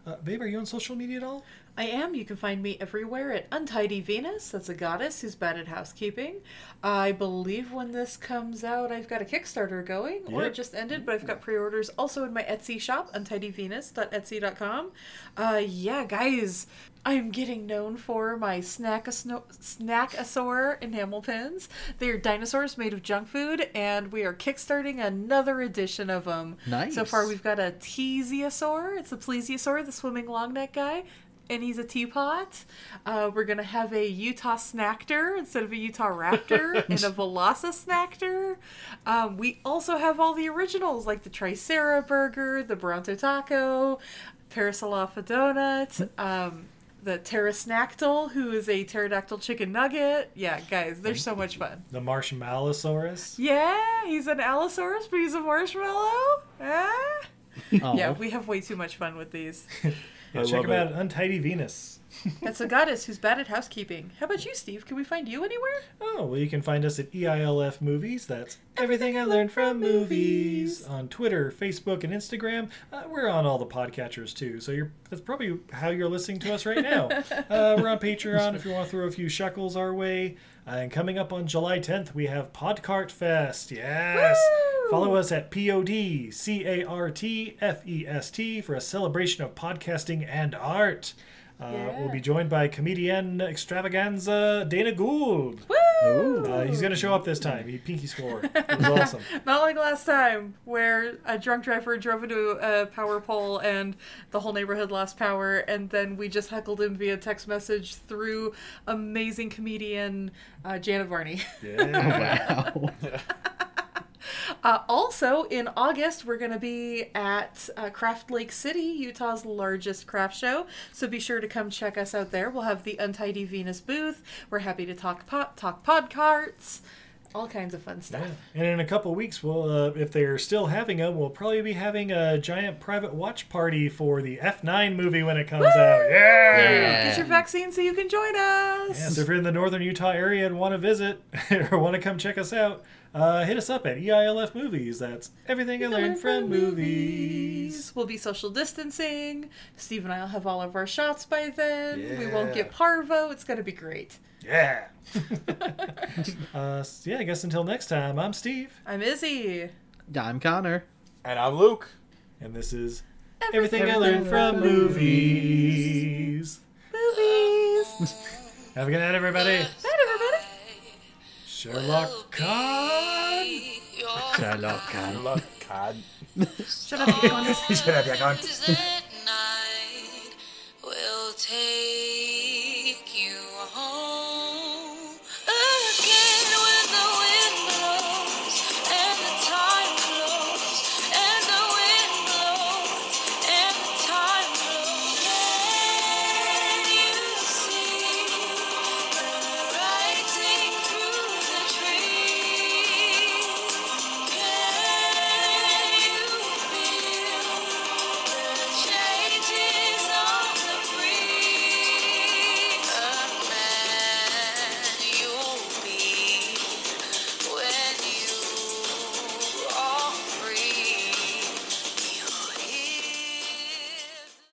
Uh, babe, are you on social media at all? I am. You can find me everywhere at Untidy Venus. That's a goddess who's bad at housekeeping. I believe when this comes out, I've got a Kickstarter going, or Yep. it just ended, but I've got pre orders also in my Etsy shop, untidyvenus.etsy.com. Uh, yeah, guys, I'm getting known for my snack-a-sno- snackosaur enamel pins. They're dinosaurs made of junk food, and we are kickstarting another edition of them. Nice. So far, we've got a Tesiosaur. It's a plesiosaur, the swimming long neck guy, and he's a teapot. Uh, we're gonna have a Utah Snactor instead of a Utah Raptor, and a Velocisnactor. Um, we also have all the originals like the Tricera Burger, the Bronto Taco, Parasolafa Donut. Um, the pterosnactyl, who is a pterodactyl chicken nugget. Yeah, guys, they're so much fun. The Marshmallosaurus? Yeah, he's an Allosaurus, but he's a marshmallow. Ah. Oh. Yeah, we have way too much fun with these. Yeah, I check love him out at Untidy Venus. That's a goddess who's bad at housekeeping. How about you, Steve? Can we find you anywhere? Oh, well, you can find us at EILF Movies. That's Everything I Learned from Movies on Twitter, Facebook, and Instagram. Uh, we're on all the podcatchers too, so you're that's probably how you're listening to us right now. uh, we're on Patreon if you want to throw a few shekels our way. Uh, and coming up on July 10th, we have Podcart Fest. Yes! Follow us at P O D C A R T F E S T for a celebration of podcasting and art. Uh, We'll be joined by comedian extravaganza Dana Gould. Woo! Uh, he's going to show up this time. He pinky swore. It was awesome. Not like last time, where a drunk driver drove into a power pole and the whole neighborhood lost power, and then we just heckled him via text message through amazing comedian uh, Janet Varney. Yeah. Uh, also, in August, we're going to be at uh, Craft Lake City, Utah's largest craft show. So be sure to come check us out there. We'll have the Untidy Venus booth. We're happy to talk po- talk pod carts, all kinds of fun stuff. And in a couple weeks, we'll uh, if they're still having them, we'll probably be having a giant private watch party for the F9 movie when it comes out. Yeah! Get your vaccine so you can join us. Yeah, so if you're in the northern Utah area and want to visit or want to come check us out, uh, hit us up at EILF Movies. That's everything E I learned from movies. We'll be social distancing. Steve and I will have all of our shots by then. We won't Yeah. get parvo. It's going to be great. Yeah. uh, s- yeah, I guess until next time, I'm Steve. I'm Izzy. I'm Connor. And I'm Luke. And this is Everything, I Learned from Movies. Movies. Have a good night, everybody. Night, everybody. Sherlock Khan. Sherlock Khan. Sherlock Khan. Shut up, you Shut up, you cunt. will take